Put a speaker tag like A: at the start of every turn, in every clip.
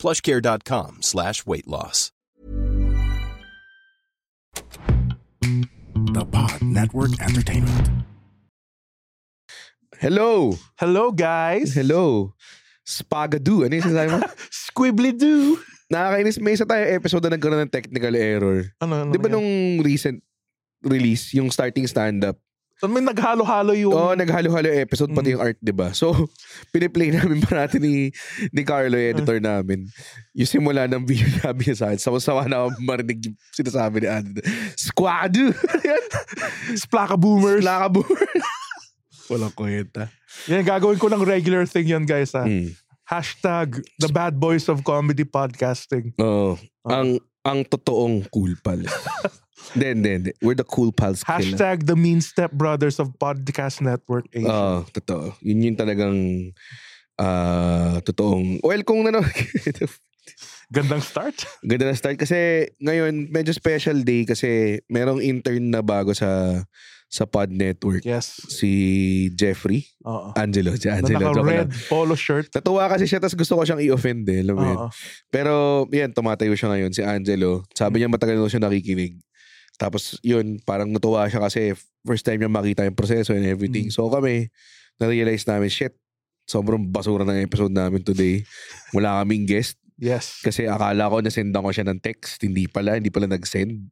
A: Plushcare.com slash weight loss.
B: The Pod Network Entertainment.
C: Hello!
D: Hello guys!
C: Hello! Spagadoo. Ano yung sinasabi mo?
D: Squibbly Doo!
C: Nakakainis. May isa tayo episode na nagkaroon ng technical error.
D: Ano, ano
C: Di ba
D: yan?
C: nung recent release, yung starting stand-up?
D: May naghalo-halo yung...
C: Oo, oh, naghalo-halo yung episode, pati yung art, di ba? So, piniplay namin parati ni, ni Carlo, yung editor namin. Yung simula ng video namin sa akin, sawa-sawa na ako marinig yung sinasabi ni Adam. Squad!
D: Splaka Boomers!
C: Lakabu! Walang kwenta.
D: Yan, gagawin ko ng regular thing yan guys ha.
C: Mm.
D: Hashtag The Bad Boys of Comedy Podcasting.
C: Oo.
D: Ah.
C: Ang ang totoong cool pal. Then, then, we're the cool pals killer.
D: Hashtag The Mean Step Brothers of Podcast Network Eh, Asia.
C: Oo, totoo. Yun yung talagang ah totoong. Well, kung ano,
D: Gandang start.
C: ganda na start kasi ngayon medyo special day kasi merong intern na bago sa sa Pod Network.
D: Yes.
C: Si Jeffrey
D: Oo.
C: Angelo. Si
D: Na
C: Angelo. Ah, joke
D: naka-red
C: lang.
D: polo shirt.
C: Natuwa kasi siya tapos gusto ko siyang i-offend eh. Alam mo yun.
D: Oo.
C: Pero yan, tumatayo siya ngayon, si Angelo. Sabi niya matagal na siya nakikinig. Tapos yun, parang natuwa siya kasi first time niya makita yung proseso and everything.
D: Mm.
C: So kami, na-realize namin, shit, sobrang basura ng episode namin today. Wala kaming guest
D: Yes.
C: kasi akala ko nasendan ko siya ng text. Hindi pala, hindi pala nag-send.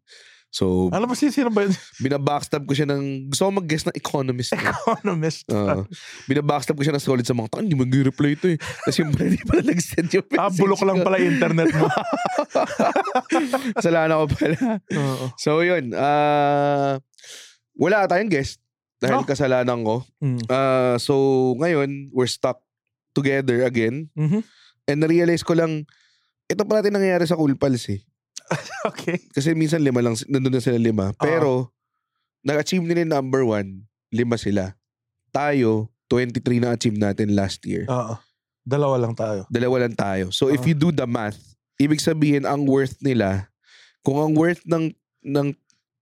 C: So,
D: Alam mo si sino ba yun?
C: binabackstab ko siya ng, gusto ko mag-guest ng economist.
D: Economist.
C: Uh, binabackstab ko siya ng solid sa mga, "Tang, hindi mag-reply ito eh. Tapos yung pala, hindi pala nag-send yung message.
D: ah, bulok lang
C: ko.
D: pala internet mo.
C: Kasalanan ko pala.
D: Oo.
C: So yun, ah wala tayong guest dahil
D: Oh.
C: kasalanan ko.
D: Mm.
C: Ah, so ngayon, we're stuck together again.
D: Mhm.
C: And na-realize ko lang, ito pala din nangyayari sa Cool Pals eh.
D: Okay.
C: Kasi minsan lima lang, nandun na sila lima. Pero, nag-achieve nila yung number one, lima sila. Tayo, 23 na-achieve natin last year.
D: Oo. Dalawa lang tayo.
C: Dalawa lang tayo. So if you
D: Ah.
C: do the math, ibig sabihin ang worth nila, kung ang worth ng, ng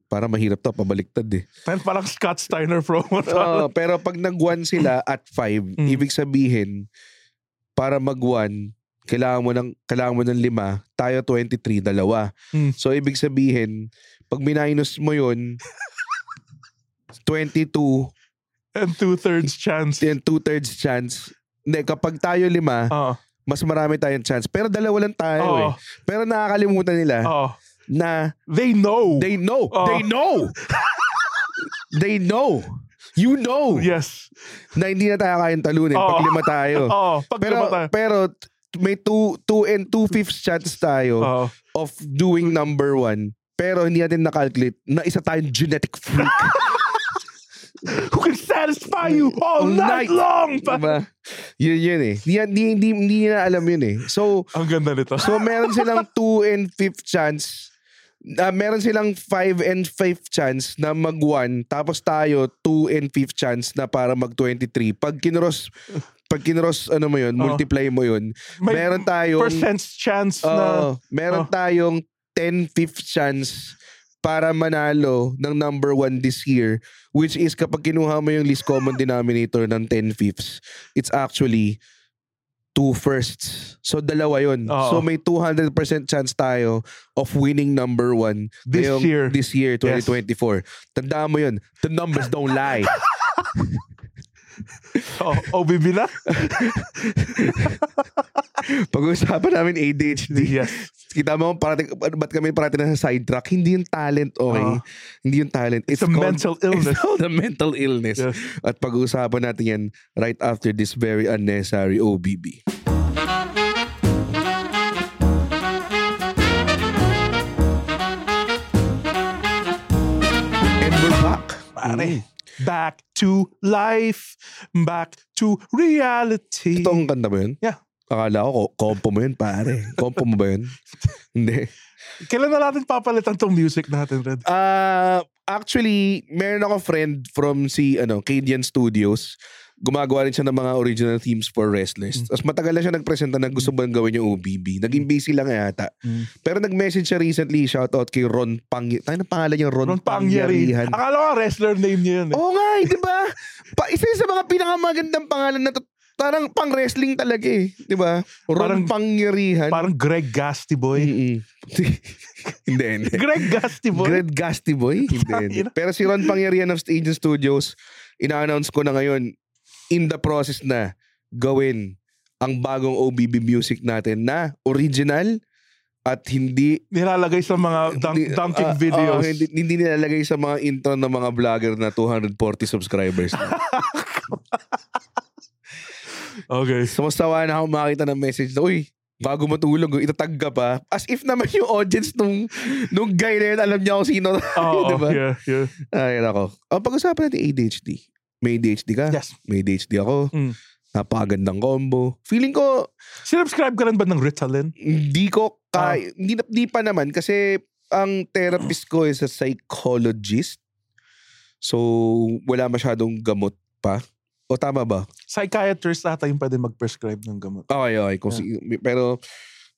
C: para mahirap to, pabaliktad eh.
D: Parang, parang Scott Steiner promo. to.
C: Oo, pero pag nag-1 sila at 5,
D: Mm.
C: ibig sabihin, para mag-1, kailangan mo ng, kailangan mo ng 5, tayo 23, dalawa.
D: Mm.
C: So, ibig sabihin, pag minus mo yun, 22
D: And two-thirds chance.
C: and 2 thirds chance. Hindi, kapag tayo 5,
D: Oo.
C: mas marami tayong chance. Pero dalawa lang tayo eh.
D: Oo.
C: Pero nakakalimutan nila
D: Oo.
C: na
D: Ah. They know.
C: they know.
D: Oh.
C: They know. they know. You know
D: Yes.
C: na hindi na tayo kayang talunin pag
D: Oo.
C: lima tayo.
D: Oo. Pag
C: Oh. pero
D: Oh. lima tayo.
C: pero t- may two, two and two fifths chance tayo
D: Oo.
C: of doing number one. Pero hindi natin nakalculate na isa tayong genetic freak.
D: Who can satisfy you all
C: All
D: night,
C: night.
D: long?
C: diba? Yun yun eh. Hindi, hindi, hindi, hindi na alam yun eh. So,
D: Ang ganda nito.
C: so meron silang two and fifth chance. na meron silang five and fifth chance na mag one. Tapos tayo, two and fifth chance na para mag 23. Pag kinross, pag kinross, ano mo yun,
D: Oo.
C: multiply mo yun.
D: May
C: meron tayong-
D: Percent chance
C: Oo.
D: na...
C: meron
D: oh.
C: tayong 10-5 chance para manalo ng number one this year which is kapag kinuha mo yung least common denominator ng 10 fifths it's actually two firsts so dalawa yun so
D: Oo.
C: may 200% chance tayo of winning number one
D: This
C: ngayong-
D: year.
C: this year
D: Yes.
C: 2024 tandaan mo yun the numbers don't lie
D: Oh, OBB na?
C: pag-uusapan namin ADHD
D: yes.
C: Kita mo, parating, ba't kami parating na sa sidetrack? Hindi yung talent, okay?
D: Oo.
C: Hindi yung talent. It's,
D: Ah. a mental illness.
C: It's called a mental illness.
D: Yes.
C: At pag-uusapan natin yan right after this very unnecessary OBB. And we're back.
D: Pare.
C: Hmm. Mm.
D: Back to life. Back to reality.
C: Ito ang kanta mo yun?
D: Yeah.
C: Akala ko, ko- kompo mo yun, pare. Kompo mo ba yun? Hindi.
D: Kailan na natin papalitan tong music natin, Red?
C: Ah, actually, meron ako friend from si ano, Cadian Studios. Gumagawa rin siya ng mga original themes for wrestlers.
D: Hmm.
C: Tapos matagal na siya nagpresenta na gusto bang gawin yung OBB. Naging busy lang yata.
D: Mm.
C: Pero nag-message siya recently, shoutout kay Ron Pang... Tayo na pangalan niya, Ron,
D: Ron
C: Pangyarihan.
D: Pangyarihan. Akala ko wrestler name niya yun. Eh.
C: Oo nga, eh, di ba? Pa, isa yun sa mga pinakamagandang pangalan na to- parang pang-wrestling talaga eh. Di ba?
D: Parang-
C: Ron Pangyarihan.
D: Parang Greg Gasty Boy.
C: Mm-mm. hindi, hindi.
D: Greg Gasty Boy.
C: Greg Gasty Boy. Hindi, hindi.
D: Tangina.
C: Pero si Ron Pangyarihan of Stage and Studios, ina-announce ko na ngayon, in the process na gawin ang bagong OBB music natin na original at hindi
D: Nilalagay sa mga dunk,
C: hindi-
D: dunking
C: ah, ah,
D: videos.
C: hindi, hindi nilalagay sa mga intro ng mga vlogger na 240 subscribers. na.
D: okay.
C: so, masawa na ako makita ng message na, uy, bago matulog, itatag ka pa. As if naman yung audience nung, nung guy na yun, alam niya kung sino.
D: Oo,
C: diba?
D: yeah, yeah.
C: Ay, nako. Ang pag-usapan natin ADHD. May ADHD ka?
D: Yes.
C: May ADHD ako.
D: Mm.
C: Napakagandang combo. Feeling ko,
D: Sinubscribe ka rin ba ng Ritalin?
C: hindi ko
D: Ah.
C: kay hindi, na- hindi pa naman kasi ang therapist ko is a psychologist. So, wala masyadong gamot pa. O tama ba?
D: Psychiatrist ata yung pwede mag-prescribe ng gamot.
C: Okay, okay. Kung si- pero,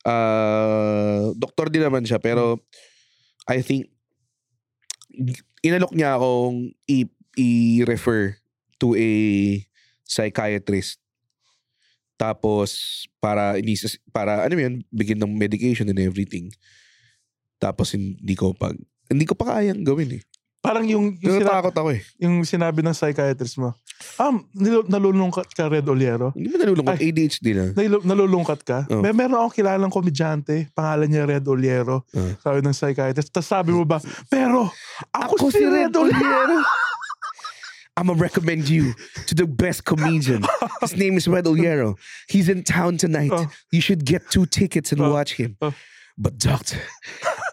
C: ah, doktor din naman siya. Pero, I think, inalok niya akong i- i-refer to a psychiatrist. Tapos, para, inis- para ano yun, bigyan ng medication and everything. Tapos, hindi ko pag, hindi ko pa kayang gawin eh.
D: Parang yung, yung, sina-
C: Natatakot ako eh.
D: yung sinabi ng psychiatrist mo, ah, nil- nalulungkat ka, Red Oliero.
C: Hindi mo nalulungkot. ADHD lang.
D: Nil- nalulungkat ka.
C: Oh.
D: May meron akong kilalang komedyante, pangalan niya Red Oliero.
C: Ah.
D: Sabi ng psychiatrist. Tapos sabi mo ba, pero ako,
C: Ako
D: si Red Oliero.
C: I'ma recommend you to the best comedian. His name is Red Oliero. He's in town tonight.
D: Oh.
C: You should get two tickets and
D: Oh.
C: watch him.
D: Oh.
C: But doctor,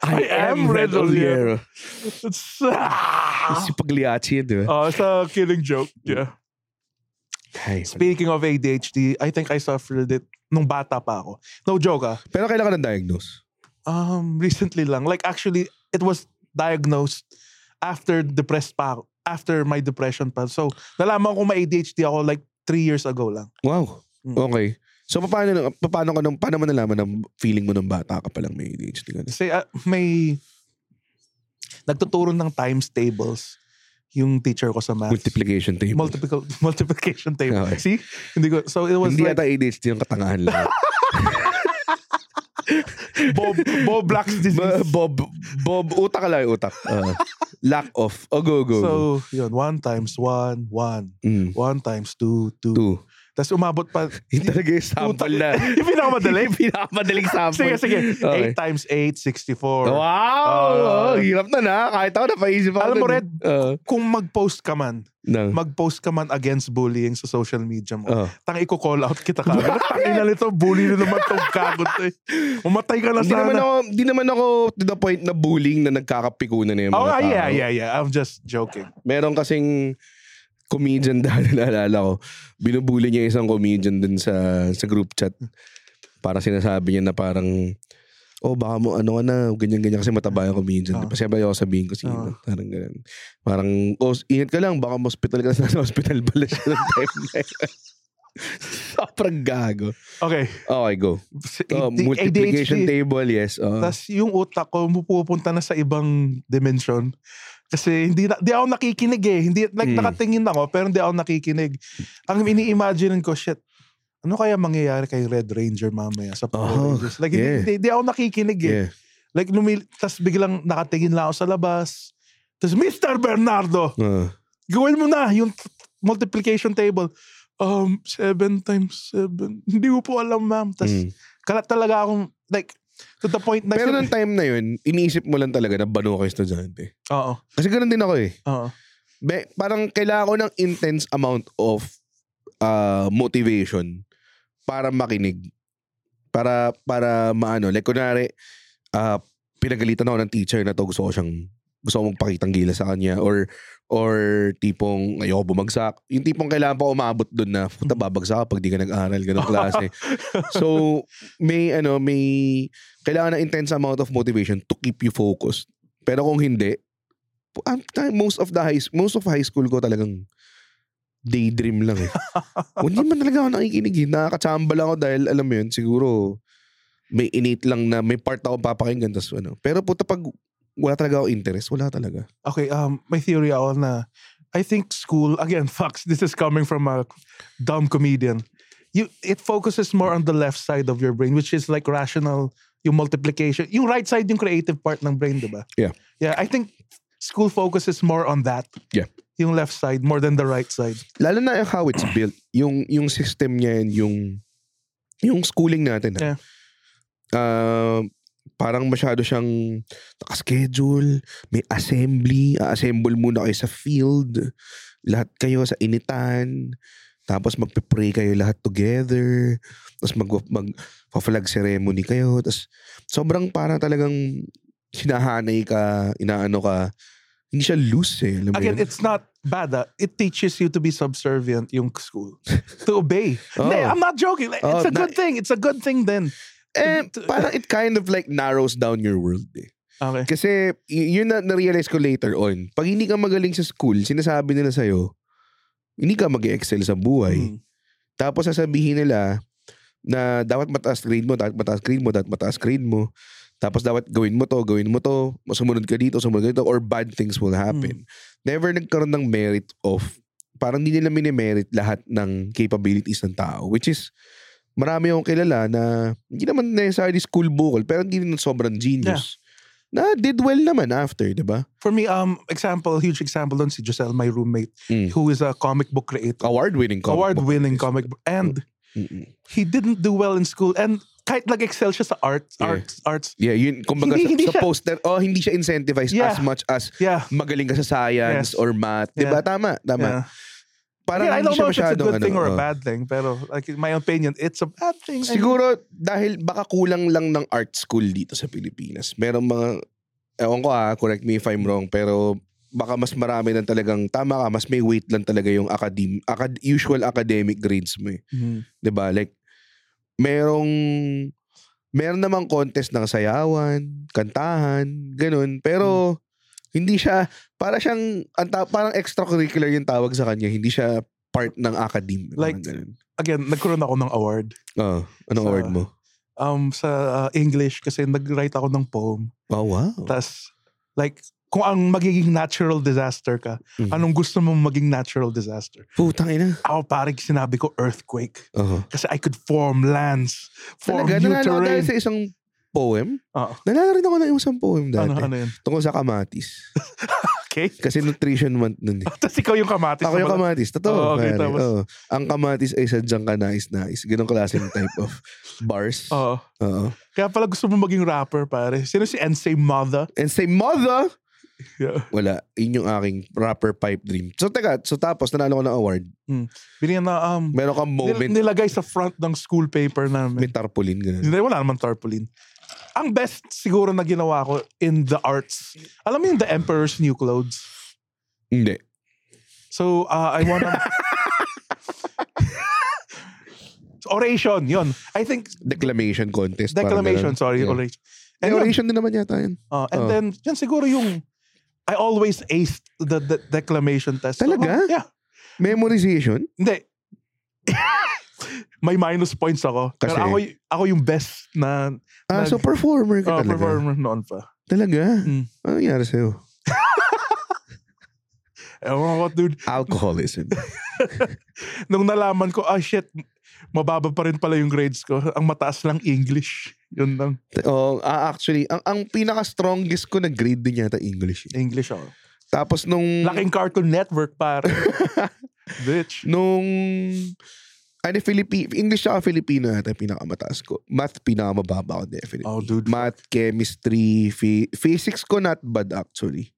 C: I, am
D: am
C: Red
D: Red
C: Oliero.
D: Oliero. It's- ah!
C: Si Pagliacci yun, di ba?
D: Oh, it's a killing joke. Yeah.
C: Ay,
D: Speaking of ADHD, I think I suffered it nung bata pa ako. No joke ah.
C: Pero kailan ka na-diagnose?
D: Um, recently lang. Like actually, it was diagnosed after depressed pa ako. After my depression pa. So, nalaman ko may ADHD ako like three years ago lang.
C: Wow.
D: Mm.
C: Okay. So, paano, paano, ka nung, paano mo nalaman ng feeling mo ng bata ka palang may ADHD ka na?
D: Kasi ah, may nagtuturo ng times tables yung teacher ko sa math.
C: Multiplication table.
D: Multiplical, multiplication table.
C: Okay.
D: See? Hindi ko, so it was
C: Hindi
D: like
C: yata ADHD yung katangahan lang.
D: Bob, Bob Black's disease.
C: Ba- Bob, Bob, utak ka lang yung utak. Ah. lack of. O, go, go.
D: so,
C: go.
D: yun. One times one, one.
C: Mm.
D: One times two, two.
C: Two.
D: Tapos umabot pa.
C: Yung talaga yung sample na.
D: yung pinakamadali.
C: Yung pinakamadaling sample.
D: sige, sige.
C: Okay.
D: Eight times eight, 64.
C: Wow!
D: Ah.
C: oh, hirap na na. Kahit ako napaisip ako.
D: Alam mo,
C: dun eh.
D: Red,
C: Ah.
D: kung mag-post ka man,
C: no.
D: mag-post ka man against bullying sa social media mo,
C: Oh.
D: tang i-call out kita ka. Tangin na nito, bully na naman itong kagot eh. Umatay ka na
C: Hindi naman
D: sana.
C: ako, hindi naman ako to the point na bullying na nagkakapikunan na yung mga
D: Oh, ah,
C: tao.
D: yeah, yeah, yeah. I'm just joking.
C: Meron kasing comedian dahil naalala ko, binubuli niya isang comedian dun sa sa group chat. Para sinasabi niya na parang, oh baka mo ano ka na, ganyan-ganyan kasi mataba yung comedian.
D: Ah.
C: Kasi ba ako sabihin ko sino, parang ganun. Parang, oh ingat ka lang, baka hospital ka na, nasa hospital pala siya ng time na yun. Sobrang gago.
D: Okay.
C: Okay, go. Oh, multiplication table, yes. Oh.
D: Tapos yung utak ko pupunta na sa ibang dimension. Kasi hindi na, di ako nakikinig eh. Hindi, like,
C: Mm.
D: nakatingin ako pero hindi ako nakikinig. Ang ini-imagine ko, shit, ano kaya mangyayari kay Red Ranger mamaya sa Power
C: Oh,
D: Rangers? Like, hindi-
C: yeah.
D: hindi, hindi, ako nakikinig eh.
C: yeah.
D: Like, lumil- tapos biglang nakatingin lang ako sa labas. Tapos, Mr. Bernardo,
C: Ah.
D: gawin mo na yung t- multiplication table. Um, seven times seven. Hindi ko po alam, ma'am. Tapos,
C: Mm.
D: kalat talaga akong, like, to the point na...
C: Pero nung time na yun, iniisip mo lang talaga na bano ka estudyante.
D: Oo.
C: Kasi ganun din ako eh.
D: Oo.
C: Be, parang kailangan ko ng intense amount of uh, motivation para makinig. Para, para maano. Like, kunwari, ah, pinagalitan ako ng teacher na to. Gusto ko siyang gusto ko magpakitang gila sa kanya or or tipong ayoko bumagsak. Yung tipong kailangan pa umaabot doon na puta babagsak ka pag di ka nag-aral ganung klase. so may ano may kailangan ng intense amount of motivation to keep you focused. Pero kung hindi pu- ang time- most of the high most of high school ko talagang daydream lang eh. Hindi man talaga ako nakikinig. eh. Nakakachamba lang ako dahil alam mo yun, siguro may innate lang na may part ako papakinggan tas ano. Pero puta pag wala talaga ako interest, wala talaga.
D: Okay, um, my theory ako na I think school again. Fucks. This is coming from a dumb comedian. You it focuses more on the left side of your brain, which is like rational. Yung multiplication, yung right side, yung creative part ng brain, di ba?
C: Yeah.
D: Yeah, I think school focuses more on that.
C: Yeah.
D: Yung left side more than the right side.
C: Lalo na yung how it's built. Yung, yung system niya and yung yung schooling natin. ha.
D: Yeah.
C: Ah, parang masyado siyang nakaschedule, may assembly, a-assemble muna kayo sa field, lahat kayo sa initan, tapos magpe-pray kayo lahat together, tapos mag, mag flag ceremony kayo, tapos sobrang parang talagang hinahanay ka, inaano ka, hindi siya loose eh. Alam mo
D: Again,
C: yun?
D: it's not bad. ah. It teaches you to be subservient, yung school. to obey.
C: Oh.
D: Hindi, I'm not joking. Like,
C: Oh,
D: it's a
C: na-
D: good thing. It's a good thing then.
C: Eh, parang it kind of like narrows down your world eh.
D: Okay.
C: Kasi y- yun na na-realize ko later on. Pag hindi ka magaling sa school, sinasabi nila sa'yo, hindi ka mag excel sa buhay.
D: Hmm.
C: Tapos sasabihin nila na dapat mataas grade mo, dapat mataas grade mo, dapat mataas grade mo. Tapos dapat gawin mo to, gawin mo to, sumunod ka dito, sumunod ka dito, or bad things will happen.
D: Hmm.
C: Never nagkaroon ng merit of, parang hindi nila minimerit lahat ng capabilities ng tao. Which is, marami akong kilala na, hindi naman necessarily school bukol, pero hindi naman sobrang genius. Na did well naman after, di ba?
D: For me, um, example, huge example doon si Giselle, my roommate,
C: Mm.
D: who is a comic book creator.
C: Award-winning comic book Mm.
D: Award-winning
C: artist.
D: comic book. And
C: Mm-mm.
D: he didn't do well in school. And kahit nag-excel siya sa arts,
C: Yeah.
D: arts, arts.
C: Yeah, yun, kumbaga
D: Hindi-
C: sa,
D: hindi
C: sa
D: siya-
C: poster, oh, hindi siya incentivized
D: Yeah.
C: as much as
D: Yeah.
C: magaling ka sa science
D: Yes.
C: or math.
D: Yeah.
C: Diba? Tama, tama.
D: yeah.
C: Parang
D: Again, I
C: hindi
D: don't
C: siya
D: know if it's a
C: masyadong
D: good thing
C: ano,
D: or a
C: oh.
D: bad thing, pero like in my opinion, it's a bad thing. And-
C: Siguro dahil baka kulang lang ng art school dito sa Pilipinas. Merong mga, ewan ko ah, correct me if I'm wrong, pero baka mas marami na talagang, tama ka, mas may weight lang talaga yung academ, acad, usual academic grades mo eh.
D: Hmm.
C: 'di ba? Like merong meron namang contest ng sayawan, kantahan, ganun.
D: Hmm.
C: Pero hindi siya para siyang ang ta- parang extracurricular yung tawag sa kanya. Hindi siya part ng academe. parang
D: Like-
C: ganun.
D: Again, nagkaroon ako ng award.
C: Oh, anong
D: sa-
C: award mo?
D: um, sa uh, English kasi nag-write ako ng poem.
C: Oh, wow.
D: Tapos, like, kung ang magiging natural disaster ka,
C: Mhm.
D: anong gusto mong maging natural disaster?
C: Putang ina.
D: Ako parang sinabi ko earthquake.
C: Oo.
D: Kasi I could form lands, form
C: Talaga,
D: new
C: nanalo ako dahil
D: terrain.
C: sa isang poem.
D: Oo.
C: Nanalo rin ako ng isang poem dati.
D: ano, ano yun?
C: Tungkol sa kamatis.
D: Okay.
C: Kasi nutrition month nun eh.
D: Tapos ikaw yung kamatis.
C: Ako yung
D: na wala.
C: kamatis. Totoo.
D: Oo,
C: pare.
D: okay, tapos-
C: Oo. Ang kamatis ay sadyang kanais-nais. Ganong klaseng type of bars. Oo.
D: Oo. Kaya pala gusto mo maging rapper, pare. Sino si Ensay Mother?
C: And say, mother!
D: Yeah.
C: Wala. Yun yung aking rapper pipe dream. So, teka. So, tapos, nanalo ko ng award.
D: Binigyan na, um,
C: Meron kang
D: nil-
C: moment.
D: nilagay sa front ng school paper namin.
C: May tarpaulin. Ganun.
D: Hindi, wala naman tarpaulin. Ang best siguro na ginawa ko in the arts, alam mo yung The Emperor's New Clothes?
C: Hindi.
D: So, uh, I wanna... oration, yun. I think,
C: Declamation contest. parang
D: declamation,
C: ganun.
D: sorry,
C: Yeah.
D: oration.
C: Eh,
D: And, yun,
C: oration din naman yata yun.
D: uh, and
C: Oh.
D: then, yun siguro yung, I always aced the, the declamation test. So,
C: Talaga?
D: yeah.
C: Memorization?
D: Hindi. May minus points ako.
C: Kasi?
D: Pero ako, y- ako yung best na
C: Ah,
D: Nag-
C: so performer ka
D: uh,
C: talaga.
D: performer noon pa.
C: Talaga?
D: Mm.
C: Ano nangyari sa'yo?
D: Ewan ko, dude.
C: Alcoholism.
D: nung nalaman ko, ah shit, mababa pa rin pala yung grades ko. Ang mataas lang English. Yun lang,
C: oh, ah, actually, ang, ang pinaka-strongest ko na grade din yata English. eh.
D: English ako.
C: Tapos nung...
D: Laking Cartoon Network, pare. Bitch.
C: Nung ano Filipi English at Filipino yata yung pinakamataas ko. Math pinakamababa ko definitely.
D: Oh, dude.
C: Math, chemistry, phy- physics ko not bad actually.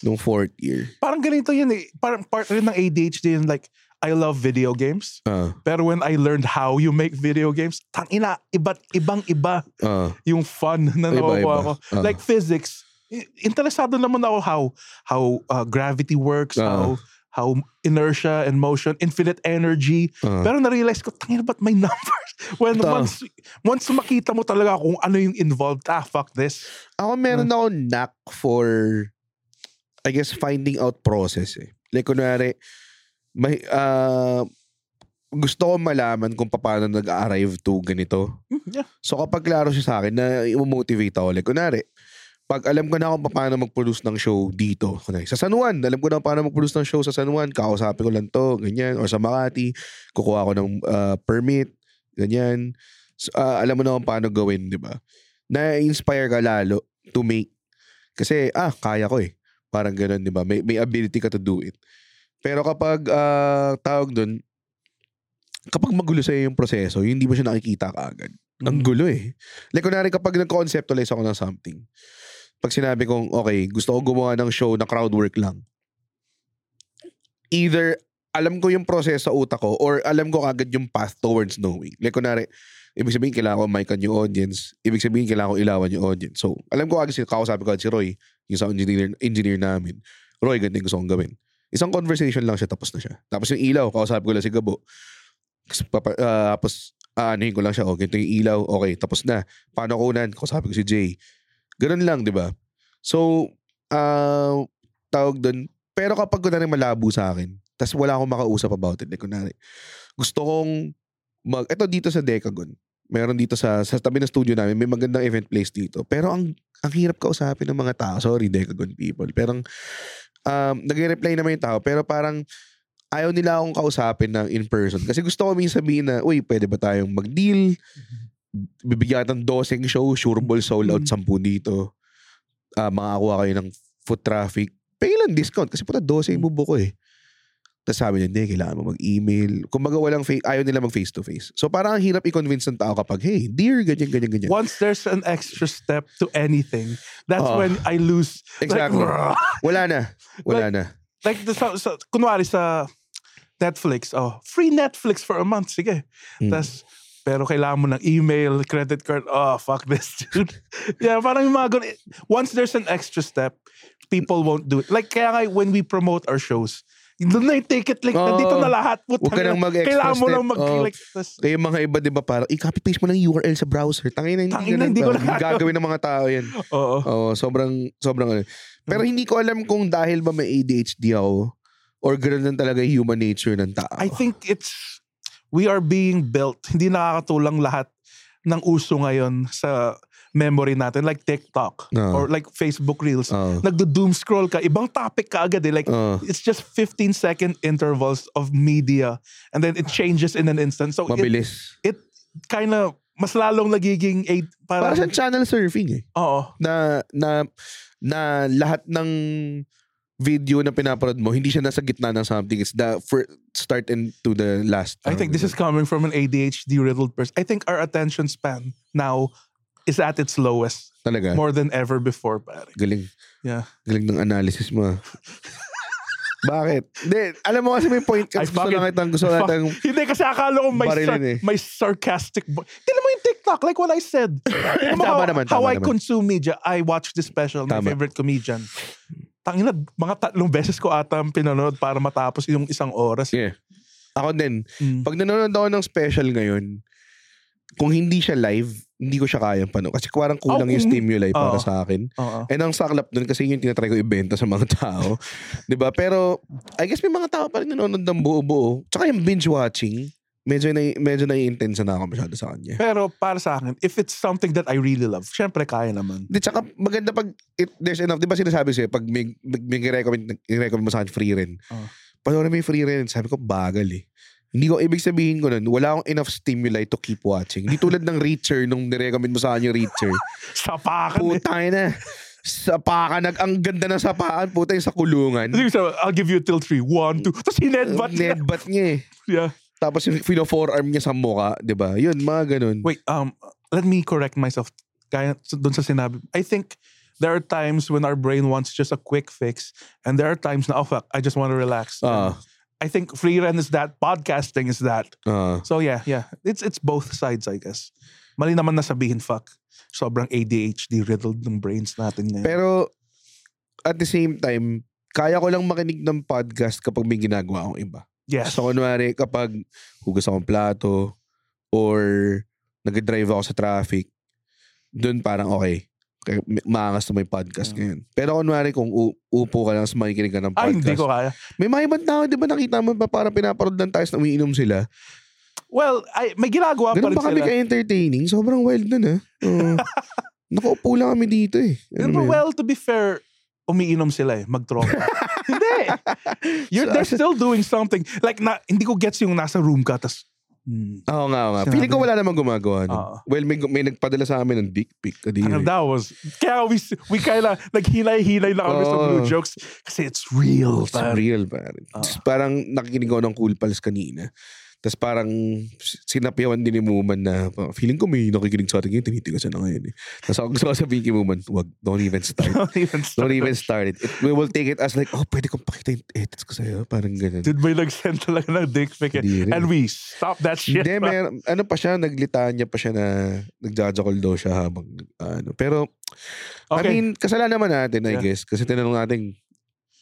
C: Nung fourth year.
D: Parang ganito yun eh. Parang part rin ng ADHD yun, like, I love video games.
C: Ah,
D: Pero when I learned how you make video games, tang ina, iba't ibang iba
C: ah,
D: yung fun na
C: Iba,
D: nakukuha
C: iba.
D: ko.
C: Ah.
D: Like physics, I- Interesado naman ako how how uh, gravity works,
C: Ah.
D: how how inertia and motion, infinite energy.
C: Ah.
D: Pero na-realize ko, tangina ba't may numbers? When
C: Ah.
D: once once makita mo talaga kung ano yung involved, ah, fuck this.
C: Ako meron ako knack for, I guess, finding out process eh. Like, kunwari, may, ah, gusto ko malaman kung paano nag-arrive to ganito.
D: Mm, Yeah.
C: So kapag klaro siya sa akin na i-motivate ako, like kunwari, pag alam ko na kung paano mag-produce ng show dito, kunwari, sa San Juan, alam ko na paano mag-produce ng show sa San Juan, kakausapin ko lang to, ganyan, or sa Makati, kukuha ko ng ah, permit, ganyan. So, ah, alam mo na kung paano gawin, di ba? Na-inspire ka lalo to make. Kasi, ah, kaya ko eh. Parang ganun, di ba? May, may ability ka to do it. Pero kapag ah, tawag dun, kapag magulo sa'yo yung proseso, hindi mo siya nakikita kaagad. Ang gulo eh. Like, kunwari kapag nag-conceptualize ako ng something, pag sinabi kong, okay, gusto ko gumawa ng show na crowd work lang, either alam ko yung process sa utak ko or alam ko agad yung path towards knowing. Like, kunwari, ibig sabihin, kailangan ko mican yung audience. Ibig sabihin, kailangan ko ilawan yung audience. So, alam ko agad, si, kakasabi ko agad si Roy, yung sa engineer, engineer namin. Roy, ganito yung gusto kong gawin. Isang conversation lang siya, tapos na siya. Tapos yung ilaw, kakasabi ko lang si Gabo. Kasi papa- ah, tapos, aanuhin ko lang siya, oh, ganito yung ilaw, okay, tapos na. Paano ko unan? Kasabi ko si Jay. Ganun lang, di ba? So, ah, tawag doon. Pero kapag kunwari malabo sa akin, tas wala akong makausap about it. Like, kunwari, gusto kong mag... Ito dito sa Decagon. Meron dito sa, sa tabi ng studio namin, may magandang event place dito. Pero ang ang hirap kausapin ng mga tao. Sorry, Decagon people. Pero ang, um, nag-reply naman yung tao. Pero parang ayaw nila akong kausapin ng in-person. Kasi gusto ko minsan sabihin na, uy, pwede ba tayong mag-deal? Bibigyan natin ng dosing show, sure ball sold out,
D: Mhm.
C: sampu dito. Ah, makakuha kayo ng foot traffic. Pay lang discount kasi puta 12
D: Hmm.
C: yung bubo ko eh. Tapos sabi niya, hindi, kailangan mo mag-email. Kumbaga walang, fa- ayaw nila mag face-to-face. So parang ang hirap i-convince ng tao kapag, hey, dear, ganyan, ganyan, ganyan.
D: Once there's an extra step to anything, that's
C: Oh.
D: when I lose.
C: Exactly.
D: Like,
C: Wala na. Wala na.
D: like the, sa, sa, kunwari sa Netflix, oh, free Netflix for a month, sige.
C: Mm.
D: Tas, pero kailangan mo ng email, credit card, oh, fuck this, dude. yeah, parang yung mga ganun. eh, Once there's an extra step, people won't do it. Like, kaya nga when we promote our shows, doon na yung ticket, like,
C: Oo.
D: nandito na lahat.
C: Huwag ka
D: Putang
C: nang
D: ina.
C: mag-extra
D: Kailangan mo
C: step.
D: lang mag-click. Tas,
C: Kaya yung mga iba, di ba, parang, i-copy paste mo lang yung URL sa browser. Tangin na, hindi,
D: Tangina,
C: ganun
D: hindi ko
C: pa.
D: nagagawa.
C: Gagawin ng mga tao yan.
D: oo.
C: Oo, sobrang, sobrang ano. Pero
D: Hmm.
C: hindi ko alam kung dahil ba may ADHD ako or ganun lang talaga yung human nature ng tao.
D: I think it's we are being built. Hindi nakakatulang lahat ng uso ngayon sa memory natin like TikTok
C: Ah.
D: or like Facebook Reels.
C: Oo.
D: Nagdo-doom scroll ka, ibang topic ka agad eh. Like
C: Ah.
D: it's just 15 second intervals of media and then it changes in an instant. So it,
C: Mabilis.
D: it kind of mas lalong nagiging eight
C: Parang
D: parang
C: siyang channel surfing eh.
D: oo.
C: na na na lahat ng video na pinapanood mo, hindi siya nasa gitna ng something. It's the first start and to the last.
D: I think this is coming from an ADHD riddled person. I think our attention span now is at its lowest
C: Talaga.
D: more than ever before, pare.
C: galing.
D: Yeah.
C: Galing ng analysis mo. ah. Bakit? Hindi, alam mo kasi may point ka.
D: Ay,
C: Gusto
D: bakit?
C: lang kitang, gusto lang
D: Fuck.
C: kitang,
D: Hindi kasi akala ko may,
C: Barilin
D: sar-
C: eh.
D: may sarcastic bo- Tingnan mo yung TikTok, like what I said. Tingnan mo
C: Tama
D: how,
C: naman,
D: how
C: tama
D: I
C: naman.
D: consume media. I watch this special, my
C: Tama.
D: favorite comedian. Tangina, mga tatlong beses ko ata ang pinanood para matapos yung isang oras.
C: yeah. Ako din,
D: Mm.
C: pag nanonood ako ng special ngayon, kung hindi siya live, hindi ko siya kayang panood. Kasi parang kulang
D: Oh,
C: yung
D: kung-
C: stimuli para
D: Oo.
C: sa akin.
D: Oo.
C: And ang saklap dun kasi yun yung tinatry ko ibenta sa mga tao. 'Di ba Pero I guess may mga tao pa rin nanonood ng buo-buo. Tsaka yung binge watching, medyo na, medyo nai-intense na ako masyado sa kanya.
D: Pero para sa akin, if it's something that I really love, syempre kaya naman.
C: Di, tsaka maganda pag it, there's enough. Di ba sinasabi sa'yo, pag may, may, may recommend, recommend mo sa akin free rin.
D: Oo.
C: Panoorin mo yung free rin. Sabi ko, bagal eh. Hindi ko, ibig sabihin ko nun, wala akong enough stimuli to keep watching. Hindi tulad ng Reacher, nung nirecommend mo sa akin yung Reacher.
D: Sapakan eh.
C: Putang na. Sapakan. Nag, ang ganda ng sapaan. Puta yung sa kulungan.
D: Sige, so, I'll give you till three. One, two. Tapos hinedbat niya.
C: Nedbat niya eh.
D: Yeah.
C: Tapos yung fino forearm niya sa mukha, 'di ba? Yun, mga ganun.
D: Wait, um, let me correct myself. Kaya sa- dun sa sinabi. I think there are times when our brain wants just a quick fix, and there are times na, oh fuck, I just want to relax.
C: Ah.
D: I think free run is that, podcasting is that.
C: Ah.
D: So yeah, yeah, it's it's both sides, I guess. Mali naman na sabihin, fuck, sobrang ADHD riddled ng brains natin ngayon.
C: pero at the same time, kaya ko lang makinig ng podcast kapag may ginagawa akong iba.
D: Yes.
C: So, kunwari, kapag hugas akong plato or nag-drive ako sa traffic, doon parang okay. Kaya ma- maangas na may podcast
D: Mm.
C: ngayon. Pero kunwari, kung u- upo ka lang sa makikinig ka ng podcast,
D: Ay, hindi ko kaya.
C: may mga ibang tao, di ba nakita mo pa parang pinaparod lang tayo na umiinom sila?
D: Well, ay, may ginagawa pa
C: Ganun
D: rin
C: ba kami
D: sila.
C: ka-entertaining? Sobrang wild nun ah. Oo. nakaupo lang kami dito eh.
D: Pero,
C: mo yun?
D: well, to be fair, umiinom sila eh, mag-tropa. hindi. You're,
C: So,
D: they're still doing something. Like, na, hindi ko gets yung nasa room ka, tas, hmm.
C: Oo nga, oo nga.
D: Sinabi
C: Feeling ko
D: niya.
C: wala namang gumagawa nun.
D: Oo.
C: Well, may, may nagpadala sa amin ng dick pic. eh?
D: Ano,
C: Kadiri.
D: that was, kaya we, we kinda, naghinay-hinay na kami sa
C: Oo.
D: blue jokes. Kasi it's
C: Oh.
D: real.
C: It's
D: pare.
C: real, pare.
D: Ah.
C: Tapos parang nakikinig ako ng Cool Pals kanina. Tapos parang sinapiawan din ni Muman na pa- feeling ko may nakikinig sa atin ngayon, tinitigasan na ngayon eh. Tapos ako gusto ko sabihin kay Muman, wag, don't even start.
D: Don't even start.
C: don't even start it. it. We will take it as like, oh, pwede kong pakita yung edits ko sa'yo. Parang ganun.
D: Dude, may nag-send talaga ng dick pic. eh.
C: Hindi rin.
D: And we stop that shit.
C: Hindi,
D: man.
C: mer- ano pa siya, naglitanya pa siya na nagjajakol daw siya habang ano. Pero, I
D: Okay.
C: mean, kasalanan naman natin, I
D: Yeah.
C: guess. Kasi tinanong natin,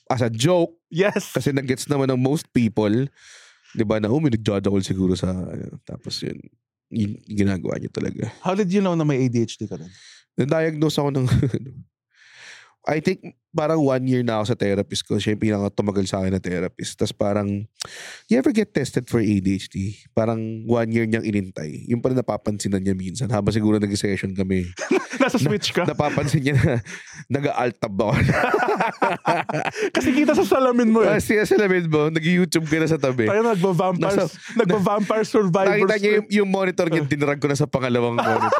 C: as a joke,
D: yes.
C: kasi nag-gets naman ng most people, 'di ba, na umi nagjajakol siguro sa ano, tapos 'yun. Yun- ginagawa niya talaga.
D: How did you know na may ADHD ka rin?
C: Na-diagnose ako ng ano, I think parang one year na ako sa therapist ko. Siya yung pinaka tumagal sa akin na therapist. Tapos parang, you ever get tested for ADHD? Parang one year niyang inintay. Yung pala napapansin na niya minsan. Habang siguro nag-session kami.
D: Nasa switch ka?
C: Napapansin niya na nag-altab ako.
D: Kasi kita sa salamin mo eh.
C: Tapos siya sila mo, nag-YouTube ka na sa tabi.
D: Tayo nagba-vampires,
C: Nasa-
D: nagba-vampire survivor
C: Nakita niya yung,
D: script.
C: yung monitor niya, dinarag ko na sa pangalawang monitor.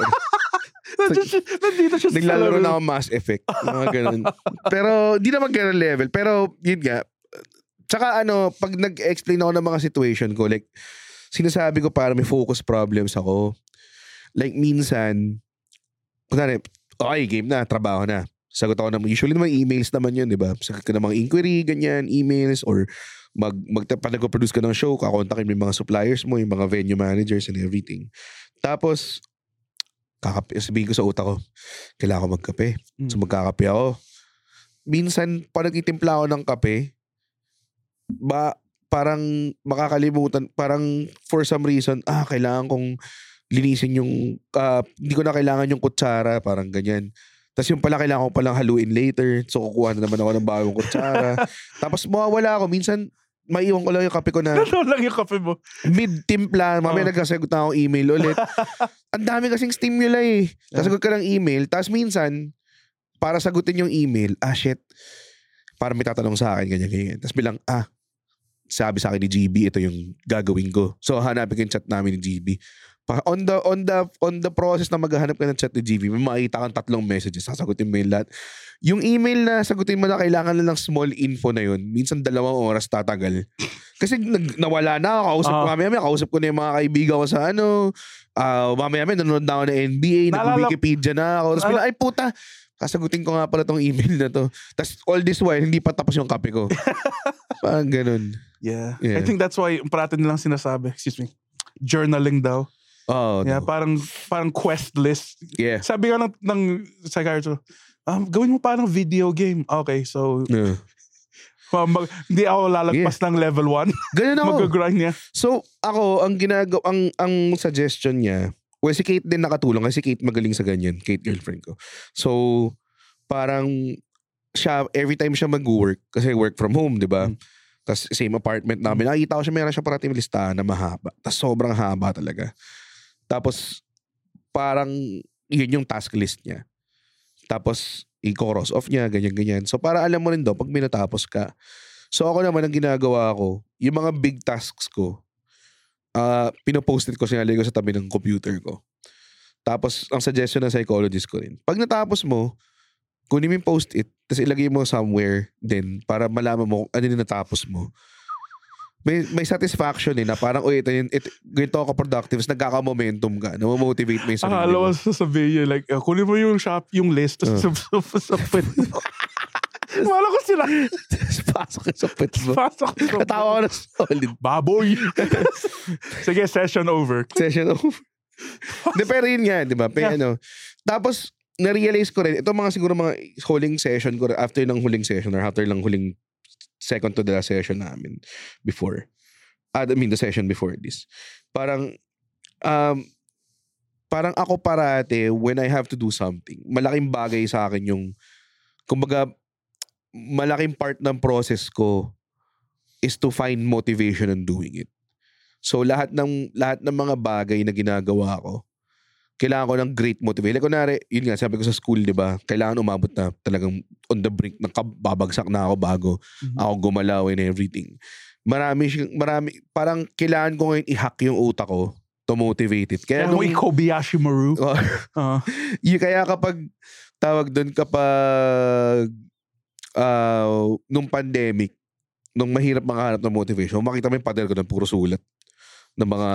D: Nandito siya, nandito siya sa
C: Naglalaro
D: salamin.
C: na ako Mass Effect. Mga ganun. Pero, di naman ganun level. Pero, yun nga. Tsaka ano, pag nag-explain ako ng mga situation ko, like, sinasabi ko para may focus problems ako. Like, minsan, kunwari, okay, game na, trabaho na. Sagot ako naman. Usually naman, emails naman yun, di ba? Sagot ka ng mga inquiry, ganyan, emails, or mag, mag, pa nagpo-produce ka ng show, kakontakin mo yung mga suppliers mo, yung mga venue managers and everything. Tapos, kakape, sabihin ko sa utak ko, kailangan ko magkape.
D: Mm.
C: So magkakape ako. Minsan, pag nagtitimpla ako ng kape, ba, parang makakalimutan, parang for some reason, ah, kailangan kong linisin yung, ah, hindi ko na kailangan yung kutsara, parang ganyan. Tapos yung pala, kailangan ko palang haluin later. So kukuha na naman ako ng bagong kutsara. Tapos mawawala ako. Minsan, maiwan ko lang yung kape ko na
D: Nandito lang yung kape mo.
C: mid-timpla, mamaya
D: Oh.
C: nagkasagot na akong email ulit. Ang dami kasing stimuli eh. Sasagot ka ng email, tapos minsan, para sagutin yung email, ah shit, para may tatanong sa akin, ganyan, ganyan. Tapos bilang, ah, sabi sa akin ni GB, ito yung gagawin ko. So hanapin ko yung chat namin ni GB. Pa- on the on the on the process na maghahanap ka ng chat ni GB, may makita kang tatlong messages, sasagutin mo yung lahat. Yung email na sagutin mo na kailangan na ng small info na yun, minsan dalawang oras tatagal. Kasi nag, nawala na ako, kausap ko
D: Ah.
C: mamaya, mamaya, kausap ko na yung mga kaibigan ko sa ano, ah mamaya mamaya, nanonood na ako ng NBA,
D: Naalala-
C: nag-Wikipedia na ako. Tapos bilang, ay puta, kasagutin ko nga pala tong email na to. Tapos all this while, hindi pa tapos yung kape ko. Parang ganun.
D: Yeah.
C: Yeah.
D: I think that's why parati nilang sinasabi, excuse me, journaling daw.
C: Oh,
D: Yeah,
C: yeah.
D: parang parang quest list.
C: yeah.
D: Sabi nga ng, ng psychiatrist, um, gawin mo parang video game. Okay, so
C: Yeah.
D: um, mag- hindi ako lalagpas ng level 1.
C: Ganun ako.
D: Mag-grind niya.
C: So, ako, ang ginagawa, ang, ang suggestion niya, well, si Kate din nakatulong kasi Kate magaling sa ganyan. Kate, girlfriend ko. So, parang, siya, every time siya mag-work, kasi work from home, di ba?
D: Mm.
C: tas same apartment namin. Nakita ko siya, meron siya parating listahan na mahaba. tas sobrang haba talaga. Tapos, parang, yun yung task list niya. Tapos, i-cross off niya, ganyan-ganyan. So, para alam mo rin daw, pag minatapos ka. So, ako naman, ang ginagawa ko, yung mga big tasks ko, ah pinoposted ko, sinalay ko sa tabi ng computer ko. Tapos, ang suggestion ng psychologist ko rin, pag natapos mo, kunin mo yung post-it, tapos ilagay mo somewhere din para malaman mo kung ano yung natapos mo. May, may satisfaction eh, na parang, uy, ito, yun, ito, ganito ako productive, tapos nagkaka-momentum ka, namamotivate mo yung sarili
D: Akala
C: mo.
D: ko sasabihin niya, like, uh, kunin mo yung shop, yung list, tapos
C: Ah.
D: uh. sub, sub, sub, sub, Wala ko sila.
C: Tapos pasok ka sa pits mo.
D: Pasok. sub-
C: Natawa ko na solid.
D: Baboy. Sige, session over.
C: Session over. De, pero yun nga, di ba? Pero ano. Tapos, na-realize ko rin, ito mga siguro mga huling session ko, rin- after ng huling session or after lang huling second to the last session namin before. Ah, I mean, the session before this. Parang, um, parang ako parate when I have to do something, malaking bagay sa akin yung, kumbaga, malaking part ng process ko is to find motivation in doing it. So lahat ng lahat ng mga bagay na ginagawa ko, kailangan ko ng great motivation. Like, kunwari, yun nga, sabi ko sa school, di ba, kailangan umabot na talagang on the brink ng kab- babagsak na ako bago ako gumalaw and everything. Marami, siyang- marami, parang kailangan ko ngayon i-hack yung utak ko to motivate it. Kaya
D: Kaya mo
C: nung,
D: Kobayashi Maru.
C: Oh,
D: Uh,
C: y- kaya kapag tawag doon kapag ah, nung pandemic, nung mahirap makahanap ng motivation, makita mo yung pader ko ng puro sulat ng mga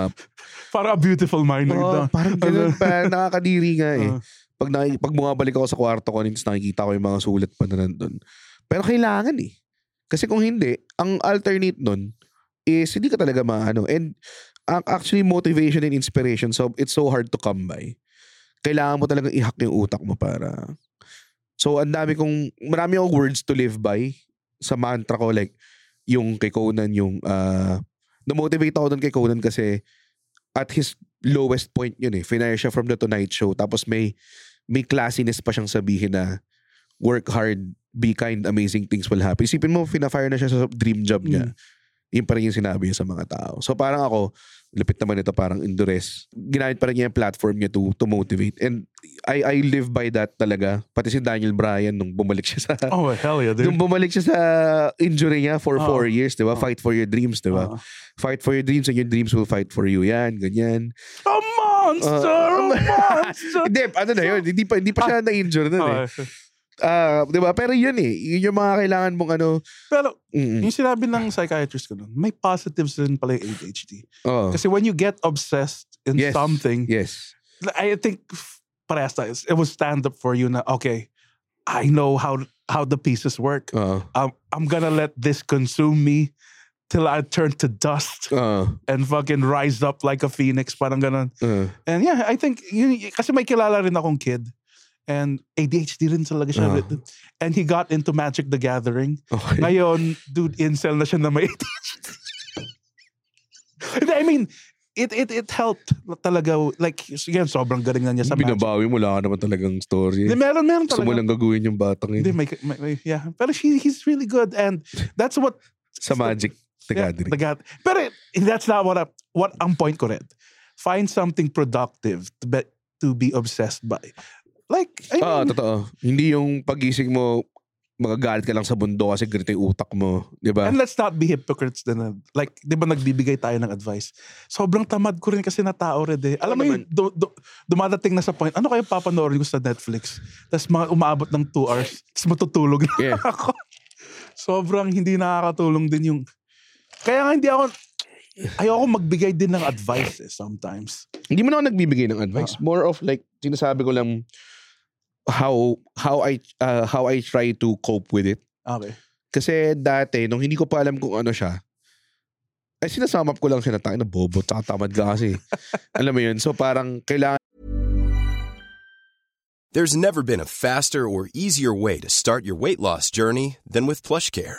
D: para a beautiful mind. like
C: Oo,
D: that.
C: parang ganun pa nakakadiri nga eh.
D: Ah.
C: Pag na, pag bumabalik ako sa kwarto ko, nins nakikita ko yung mga sulat pa na nandun. Pero kailangan eh. Kasi kung hindi, ang alternate nun is hindi ka talaga maano. And ac- actually motivation and inspiration, so it's so hard to come by. Kailangan mo talagang ihak yung utak mo para... So ang dami kong, marami akong words to live by sa mantra ko like yung kay Conan, yung ah, na-motivate ako dun kay Conan kasi at his lowest point yun eh. Finire siya from The Tonight Show. Tapos may, may classiness pa siyang sabihin na work hard, be kind, amazing things will happen. Isipin mo, fina-fire na siya sa dream job niya. Yun pa rin yung sinabi niya sa mga tao. So parang ako, lupit naman ito parang endures. Ginamit pa rin niya yung platform niya to, to motivate. And I, I live by that talaga. Pati si Daniel Bryan nung bumalik siya sa...
D: Oh, hell yeah, dude.
C: Nung bumalik siya sa injury niya for
D: Oo.
C: four years, di
D: Oh.
C: ba? Fight for your dreams, di ba?
D: Oo.
C: Fight for your dreams and your dreams will fight for you. Yan, ganyan.
D: Uh, A monster!
C: Uh,
D: a monster!
C: Hindi, ano na yun? Hindi pa, hindi pa siya na-injure nun eh.
D: Ah,
C: Ah, di ba? Pero yun eh. Yun yung mga kailangan mong ano.
D: Pero,
C: Mm,
D: yung sinabi ng psychiatrist ko nun, may positives din pala yung ADHD.
C: oh.
D: Kasi when you get obsessed in
C: Yes.
D: something,
C: Yes.
D: I think f- parehas tayo. It will stand up for you na, okay, I know how how the pieces work.
C: Oo.
D: I'm, I'm gonna let this consume me till I turn to dust
C: Oo.
D: and fucking rise up like a phoenix. Parang ganun.
C: Oo.
D: And yeah, I think, yun, y- kasi may kilala rin akong kid. And ADHD rin talaga
C: Ah.
D: siya. And he got into Magic the Gathering.
C: Okay.
D: Ngayon, dude, incel na siya na may ADHD. Hindi, I mean, it it it helped talaga. Like, again, sobrang galing na niya sa Magic.
C: Binabawi mo, wala ka naman talagang story.
D: Hindi, meron, meron
C: Gusto mo
D: talaga.
C: lang gaguhin yung batang
D: Hindi,
C: yun.
D: may, may, may- yeah. Pero she, he's really good. And that's what
C: Sa magic.
D: Yeah,
C: Tagadri.
D: the God. Pero that's not what I, what ang point ko rin. Find something productive to be, to be obsessed by. Like, I
C: Oo,
D: mean,
C: Ah, totoo. Hindi yung pagising mo, magagalit ka lang sa bundo kasi ganito yung utak mo. Di ba?
D: and let's not be hypocrites din. ah. Like, di ba nagbibigay tayo ng advice? Sobrang tamad ko rin kasi na tao rin eh. Alam mo
C: Oo
D: yun, du- du- dumadating na sa point, ano kaya papanoorin ko sa Netflix? Tapos mga umaabot ng 2 hours, tapos matutulog na
C: Yeah.
D: ako. Sobrang hindi nakakatulong din yung... Kaya nga hindi ako... Ayoko magbigay din ng advice eh, sometimes.
C: hindi mo na ako nagbibigay ng
D: Ah.
C: advice. More of like, sinasabi ko lang how how I uh, how I try to cope with it.
D: Okay.
C: Kasi dati, nung hindi ko pa alam kung ano siya, ay sinasamap ko lang siya na tayo na bobo, tsaka tamad ka kasi. alam mo yun? So parang kailangan
A: There's never been a faster or easier way to start your weight loss journey than with PlushCare.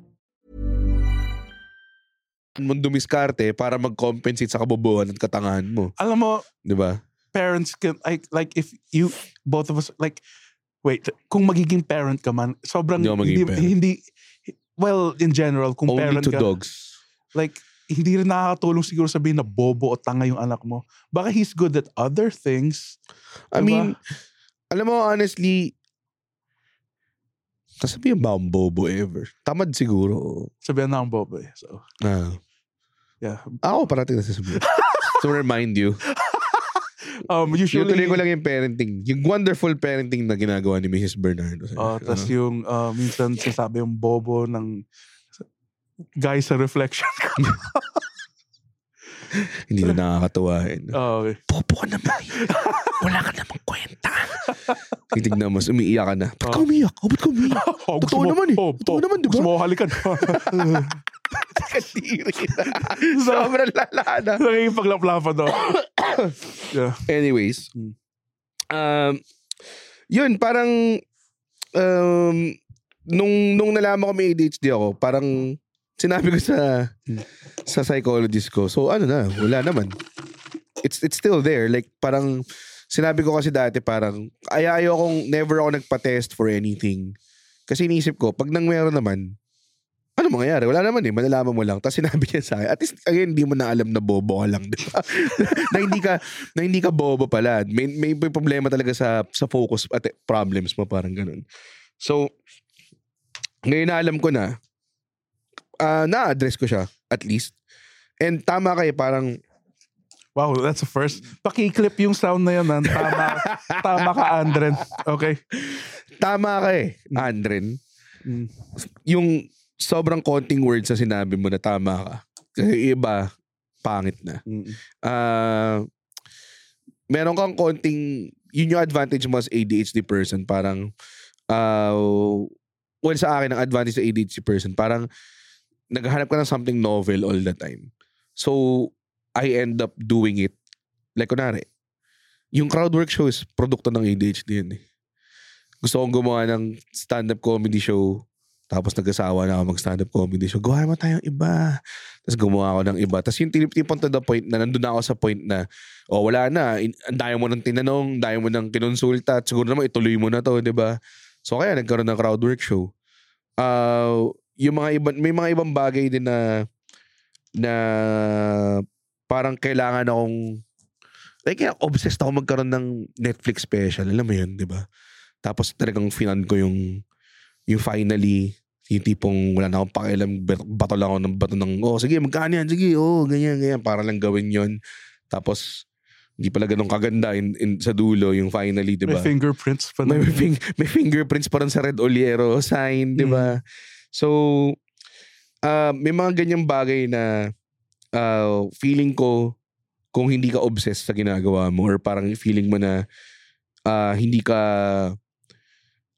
C: mong dumiskarte para mag-compensate sa kabobohan at katangahan mo.
D: Alam mo,
C: Di ba?
D: parents can, like, like if you, both of us, like, wait, kung magiging parent ka man, sobrang,
C: Hindi ako magiging
D: hindi,
C: parent.
D: hindi, well, in general, kung
C: Only
D: parent
C: to
D: ka,
C: dogs.
D: like, hindi rin nakakatulong siguro sabihin na bobo o tanga yung anak mo. Baka he's good at other things.
C: I
D: Diba?
C: mean, alam mo, honestly, nasabihan ba akong bobo ever? Tamad siguro.
D: Sabihan na ang bobo eh. So,
C: Ah.
D: yeah.
C: Ako parating nasasabihan. to remind you.
D: Um, usually,
C: Yung tuloy ko lang yung parenting. Yung wonderful parenting na ginagawa ni Mrs. Bernardo. Ah,
D: Oh, tas
C: Uh-huh.
D: yung uh, minsan sinasabi yung bobo ng guy sa reflection ko.
C: Hindi na nakakatawa. eh.
D: oh, okay.
C: Bobo ka naman. eh. Wala ka namang kwenta. Titignan mas umiiyak ka na. Ba't ka umiiyak? Oh, ba't ka umiiyak?
D: Oh, gusto
C: Totoo
D: mo-
C: naman eh.
D: Oh,
C: Totoo
D: oh,
C: naman, di ba?
D: Gusto mo ako halikan.
C: Kasiri na. Sobrang lala na.
D: Nakikipaglaplapan daw. yeah.
C: Anyways,
D: Mm.
C: um, yun, parang, um, nung, nung nalaman ko may ADHD ako, parang, sinabi ko sa, sa psychologist ko, so ano na, wala naman. It's, it's still there. Like, parang, sinabi ko kasi dati, parang, ay ayaw kong, never ako nagpa-test for anything. Kasi iniisip ko, pag nang meron naman, ano mangyayari? Wala naman eh. Malalaman mo lang. Tapos sinabi niya sa akin, at least, again, hindi mo na alam na bobo ka lang, di ba? na hindi ka, na hindi ka bobo pala. May, may, may problema talaga sa, sa focus at problems mo, parang ganun. So, ngayon na alam ko na, ah, na-address ko siya, at least. And tama kayo, parang,
D: Wow, that's the first. Paki-clip yung sound na yan. ah. Tama, tama ka, Andren. Okay.
C: tama ka eh, Andren. Mm-hmm. Yung sobrang konting words sa sinabi mo na tama ka. Kasi iba, pangit na. Ah, meron kang konting, yun yung advantage mo as ADHD person. Parang, ah, well, sa akin, ang advantage sa ADHD person, parang, naghahanap ka ng something novel all the time. So, I end up doing it. Like, kunwari, yung crowd work show is produkto ng ADHD yun eh. Gusto kong gumawa ng stand-up comedy show. Tapos nag-asawa na ako mag-stand-up comedy show. Gawa mo tayong iba. Tapos gumawa ako ng iba. Tapos yung tinip-tipon to the point na nandun na ako sa point na, oh wala na, In- ang daya mo ng tinanong, ang daya mo ng kinonsulta, at siguro naman ituloy mo na to, di ba? So kaya nagkaroon ng crowd work show. Ah, yung mga ibang, may mga ibang bagay din na, na parang kailangan akong, like kaya obsessed ako magkaroon ng Netflix special, alam mo yun, di ba? Tapos talagang finan ko yung, yung finally, yung tipong wala na akong pakialam, bat- bato lang ako ng bato ng, oh sige, magkano yan, sige, oh, ganyan, ganyan, para lang gawin yon Tapos, hindi pala ganun kaganda in, in, sa dulo yung finally, di ba?
D: May fingerprints pa
C: Diba? may,
D: na.
C: may, fing- may fingerprints pa rin sa Red Oliero sign, di ba?
D: Mm.
C: So, ah, may mga ganyang bagay na ah, feeling ko kung hindi ka obsessed sa ginagawa mo or parang feeling mo na ah, hindi ka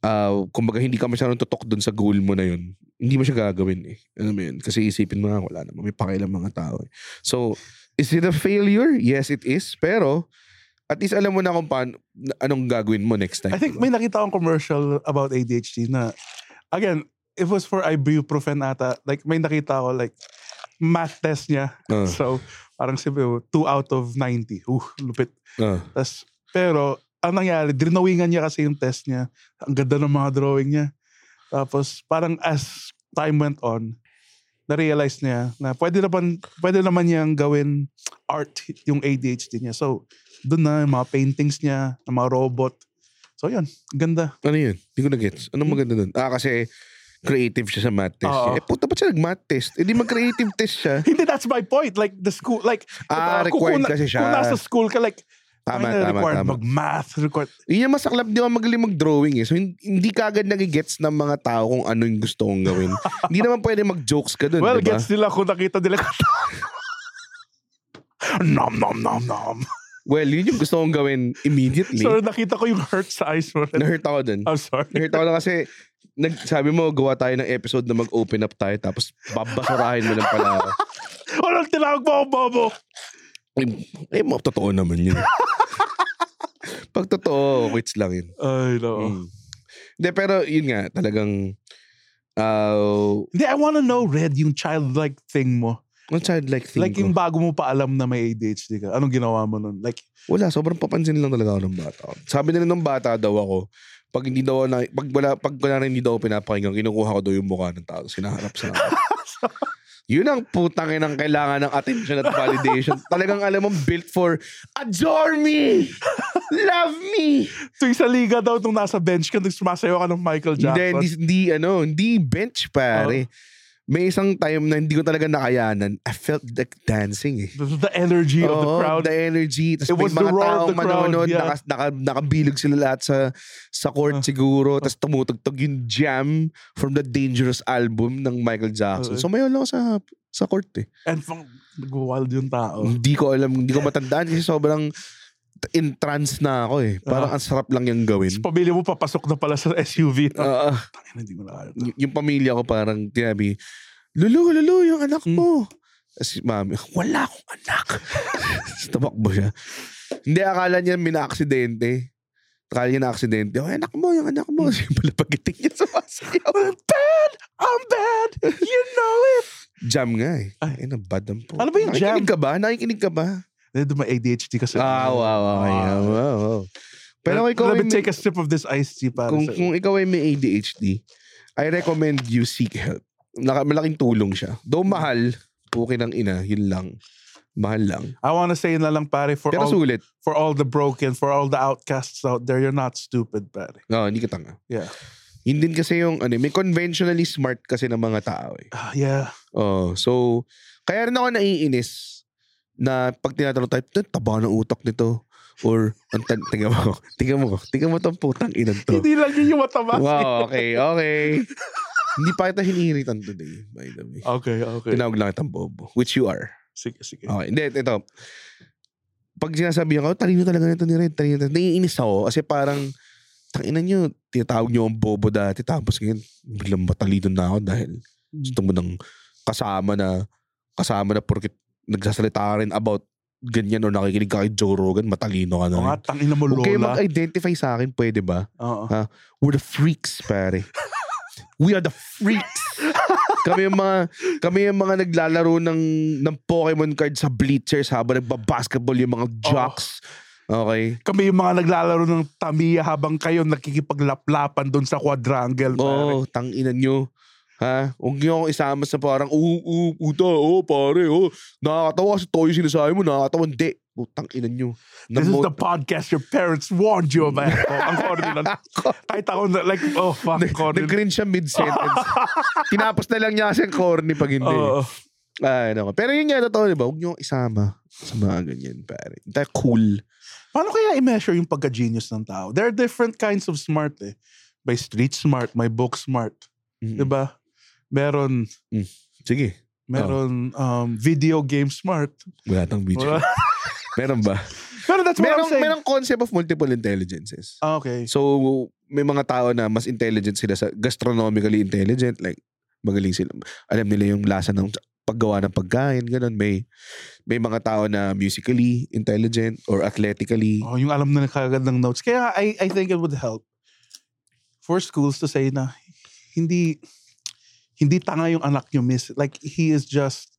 C: ah, kumbaga hindi ka masyadong tutok dun sa goal mo na yun, hindi mo siya gagawin eh. Ano mo yun? Kasi isipin mo nga, wala naman. May pakialam mga tao eh. So, is it a failure? Yes, it is. Pero, at least alam mo na kung paano, na- anong gagawin mo next time.
D: I think
C: diba?
D: may nakita akong commercial about ADHD na, again, it was for ibuprofen ata. Like, may nakita ako, like, math test niya.
C: Ah.
D: So, parang sabi ko, 2 out of 90. Uh, lupit.
C: Ah.
D: Tas, pero, ang nangyari, drinawingan niya kasi yung test niya. Ang ganda ng mga drawing niya. Tapos, parang as time went on, na-realize niya na pwede naman, pwede naman niyang gawin art yung ADHD niya. So, doon na yung mga paintings niya, ng mga robot. So, yun. Ganda.
C: Ano yun? Hindi ko na-gets. Anong maganda nun? Ah, kasi creative siya sa math test.
D: Oo.
C: Eh, puta, ba't siya nag-math test? Eh, di mag-creative test siya.
D: Hindi, that's my point. Like, the school, like,
C: Ah,
D: kung-
C: required
D: kung, na-
C: kasi siya.
D: Kung nasa school ka, like,
C: Tama,
D: ay, na-
C: tama,
D: required
C: tama.
D: mag-math, required,
C: Yun yung masaklap, di ba magaling mag-drawing eh. So, hin- hindi kagad nagigets ng mga tao kung ano yung gusto kong gawin. hindi naman pwede mag-jokes ka dun, di
D: Well,
C: ba?
D: gets nila kung nakita nila nom, nom, nom, nom.
C: Well, yun yung gusto kong gawin immediately.
D: So, nakita ko yung hurt sa eyes mo.
C: Na-hurt ako dun.
D: I'm sorry.
C: Na-hurt ako lang kasi, nag, sabi mo, gawa tayo ng episode na mag-open up tayo tapos babasurahin mo lang pala ako.
D: Walang tinawag mo ako, Bobo.
C: Eh, eh, totoo naman yun. Pag totoo, quits lang yun.
D: Ay, no.
C: Mm. Hindi, pero yun nga, talagang uh,
D: Hindi, I wanna know, Red, yung childlike thing mo.
C: ang childlike thing
D: like,
C: ko.
D: yung bago mo pa alam na may ADHD ka. Anong ginawa mo nun? Like,
C: Wala, sobrang papansin lang talaga ako ng bata. Sabi nila ng bata daw ako, pag hindi daw na, pag wala, pag wala rin hindi daw ako pinapakinggan, kinukuha ko daw yung mukha ng tao, sinaharap sa akin. Yun ang putang ng kailangan ng attention at validation. Talagang alam mo, built for, adore me! Love me!
D: Tuwing sa liga daw, nung nasa bench ka, nung sumasayo ka ng Michael
C: Hindi,
D: Jackson.
C: hindi, hindi, ano, hindi bench
D: Oh.
C: pare. May isang time na hindi ko talaga nakayanan. I felt like dancing eh.
D: the, the energy of the
C: Oo,
D: crowd.
C: The energy. Tapos
D: It
C: may
D: was the
C: mga
D: roar of
C: taong
D: the crowd,
C: manonood,
D: yeah. Ah.
C: naka, naka, nakabilog sila lahat sa sa court siguro. Tapos tumutugtog yung jam from the Dangerous album ng Michael Jackson.
D: Oo.
C: So mayon lang ako sa sa court eh.
D: And pang, nag-wild yung tao.
C: Hindi ko alam, hindi ko matandaan kasi sobrang in trance na ako eh. Parang
D: Ah.
C: ang sarap lang yung gawin.
D: Tapos pamilya mo, papasok na pala sa SUV.
C: Ah, ah.
D: Tangina, hindi ko na kaya.
C: Y- yung pamilya ko parang tinabi, Lulu, Lulu, yung anak
D: Hmm.
C: mo. Kasi mami, wala akong anak. Tapos Tumakbo siya. Hindi, akala niya mina-aksidente. Akala niya na-aksidente. Oh, anak mo, yung anak
D: Hmm.
C: mo. Yung pala pagiting niya sa
D: I'm bad! I'm bad! You know it!
C: Jam nga eh. Ay, na bad ang po.
D: Ano ba yung jam?
C: Nakikinig ka ba? Nakikinig ka ba?
D: Hindi, may ADHD kasi.
C: Ah, wow, wow, wow, wow, wow. Pero
D: Let-
C: ikaw
D: Let
C: ay
D: me
C: may,
D: take a sip of this iced tea para
C: kung,
D: sa...
C: kung ikaw ay may ADHD, I recommend you seek help. Naka, malaking tulong siya.
D: Mm.
C: Though mahal, okay ng ina, yun lang. Mahal lang.
D: I wanna say na lang pare for
C: Pero
D: all
C: sulit.
D: for all the broken, for all the outcasts out there, you're not stupid, pare.
C: No, hindi ka tanga.
D: Yeah.
C: Yun din kasi yung, ano, may conventionally smart kasi ng mga tao eh.
D: Ah, yeah.
C: Oh, so, kaya rin ako naiinis na pag tinatanong tayo, "Tan, taba ng utak nito. Or, ang tan- tingnan mo, tingnan mo, tingnan mo tong putang inang to.
D: Hindi lang yun yung matama.
C: Wow, okay, okay. hindi pa kita hinihiritan today, by the way.
D: Okay, okay.
C: Tinawag lang kitang bobo, which you are.
D: Sige, sige.
C: Okay, hindi, ito. Pag sinasabi ako, talino talaga nito ni Red, talino talaga. Naiinis ako kasi parang, tanginan nyo, tinatawag nyo ang bobo dati, tapos ngayon, biglang matalino na ako dahil gusto mo ng kasama na, kasama na porkit nagsasalita ka rin about ganyan o nakikinig ka kay Joe Rogan, matalino ka na
D: O
C: rin.
D: nga, tangina mo,
C: Huwag kayo
D: Lola.
C: mag-identify sa akin, pwede ba?
D: Oo.
C: We're the freaks, pare. We are the freaks. kami yung mga kami yung mga naglalaro ng ng Pokemon card sa bleachers habang nagba-basketball yung
D: Oh.
C: mga jocks. Okay.
D: Kami yung mga naglalaro ng tamiya habang kayo nakikipaglaplapan doon sa quadrangle, pare.
C: Oo, oh, tanginan nyo. Ha? Huwag nyo akong isama sa parang, oo, oo, puta, oo, pare, oo. Nakakatawa kasi toyo sinasabi mo, nakakatawa. Hindi. Putang ina nyo.
D: This is
C: Namo-
D: the podcast your parents warned you about. oh, ang corny lang. Kahit ako, na- like, oh, fuck, corny.
C: Nag-cringe siya mid-sentence. Tinapos na lang niya kasi ang corny pag hindi.
D: Oo.
C: Ay, nako. Ah, ano Pero yun nga, totoo, di ba? Huwag nyo isama sa mga ganyan, pare. Hindi tayo cool.
D: Paano kaya i-measure yung pagka-genius ng tao? There are different kinds of smart eh. May street smart, may book smart.
C: Mm.
D: Diba? Meron,
C: Sige.
D: meron um, video game smart.
C: Wala tang Oh. video.
D: Wala.
C: meron ba?
D: Pero that's what
C: Merong,
D: I'm saying.
C: merong concept of multiple intelligences.
D: Ah, okay.
C: So, may mga tao na mas intelligent sila sa gastronomically intelligent. Like, magaling sila. Alam nila yung lasa ng paggawa ng pagkain, ganun. May, may mga tao na musically intelligent or athletically.
D: Oh, yung alam na kagad ng notes. Kaya I, I think it would help for schools to say na hindi hindi tanga yung anak nyo, miss. Like, he is just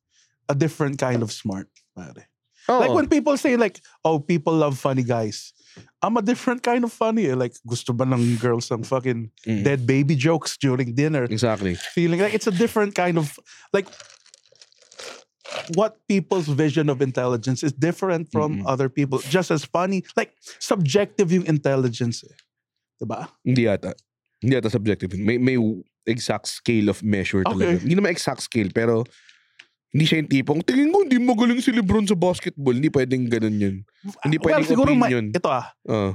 D: a different kind of smart. Pare.
C: Oo.
D: Like when people say like, oh, people love funny guys. I'm a different kind of funny. eh. Like, gusto ba ng girls ang fucking
C: Mm.
D: dead baby jokes during dinner?
C: Exactly.
D: Feeling like it's a different kind of like what people's vision of intelligence is different from other people. Just as funny, like subjective yung intelligence. Eh. Diba?
C: Hindi yata. Hindi yata subjective. May, may exact scale of measure talaga.
D: Okay.
C: Hindi naman exact scale, pero hindi siya yung tipong, tingin ko hindi magaling si Lebron sa basketball. Hindi pwedeng ganun yun. Hindi
D: well,
C: pwedeng
D: siguro ma-
C: opinion.
D: ito ah,
C: Oo.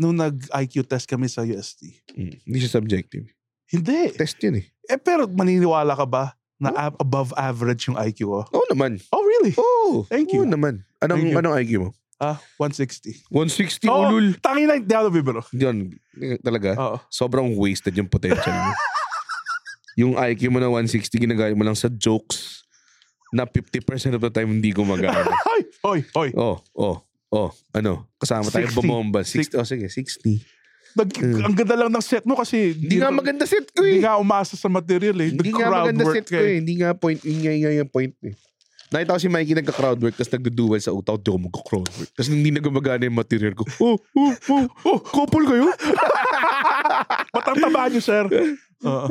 D: nung nag-IQ test kami sa UST.
C: Mm. hindi siya subjective.
D: Hindi.
C: Test yun eh.
D: Eh, pero maniniwala ka ba
C: Hmm?
D: na ab- above average yung IQ ko?
C: Oo naman.
D: Oh, really?
C: Oo.
D: Thank
C: Oo
D: you.
C: naman. Anong,
D: Thank you.
C: anong IQ mo?
D: Ah, 160.
C: 160
D: Oh,
C: ulul.
D: tangina, hindi ako bibiro.
C: Yun, talaga.
D: Oo.
C: Sobrang wasted yung potential mo. yung IQ mo na 160, ginagaya mo lang sa jokes na 50% of the time hindi gumagana.
D: Hoy, hoy, hoy.
C: Oh, oh, oh, ano? Kasama tayo
D: 60.
C: bumomba. 60. Oh, sige, 60.
D: Nag, ang ganda lang ng set mo kasi
C: Hindi nga maganda set ko eh.
D: Hindi nga umasa sa material eh. The
C: Hindi nga
D: crowd
C: maganda
D: work
C: set ko
D: eh.
C: eh. Hindi nga point, yun nga, yun nga yung point eh. Nakita ko si Mikey nagka-crowd work tapos nagduduel sa utaw, di ako magka-crowd work. Tapos hindi na gumagana yung material ko. Oh, oh, oh, oh, couple kayo?
D: Ba't ang taba niyo, sir? Oo.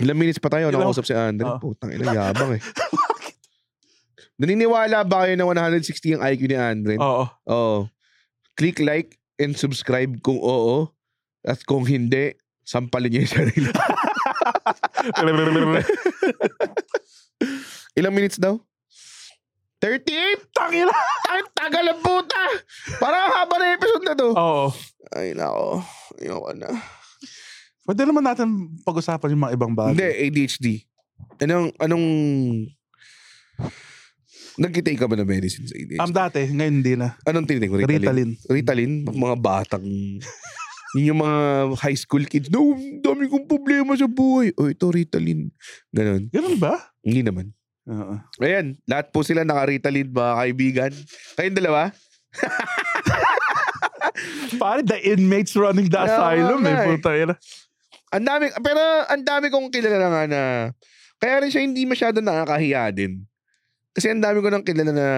C: Ilang minutes pa tayo
D: Ilang-
C: nakausap si Andre.
D: Ah.
C: Putang ina, yabang eh. Naniniwala ba kayo na 160 ang IQ ni Andre?
D: Oo.
C: Oo. Click like and subscribe kung oo. At kung hindi, sampalin niyo yung sarili. Ilang minutes daw? 38?
D: Tangina!
C: Ay, tagal ang puta! Parang haba na episode na to.
D: Oo.
C: Ay, nako. Ayoko na.
D: Pwede naman natin pag-usapan yung mga ibang
C: Hindi,
D: bagay.
C: ADHD. Anong, anong... Nagkitake ka ba ng medicine sa ADHD?
D: Am Um, dati, ngayon hindi na.
C: anong tinitake mo? Ritalin?
D: Ritalin.
C: Ritalin? Mga batang... Yun yung mga high school kids. No, dami kong problema sa buhay. O, ito Ritalin. Ganon.
D: Ganun ba?
C: Hindi naman.
D: Oo.
C: Ayan, lahat po sila naka-Ritalin, mga kaibigan. Kayong dalawa?
D: Pare, the inmates running the
C: Yeah,
D: asylum
C: nga
D: eh.
C: eh.
D: Puta yun.
C: Ang dami, pero ang dami kong kilala nga na, kaya rin siya hindi masyado nakakahiya din. Kasi ang dami ko nang kilala na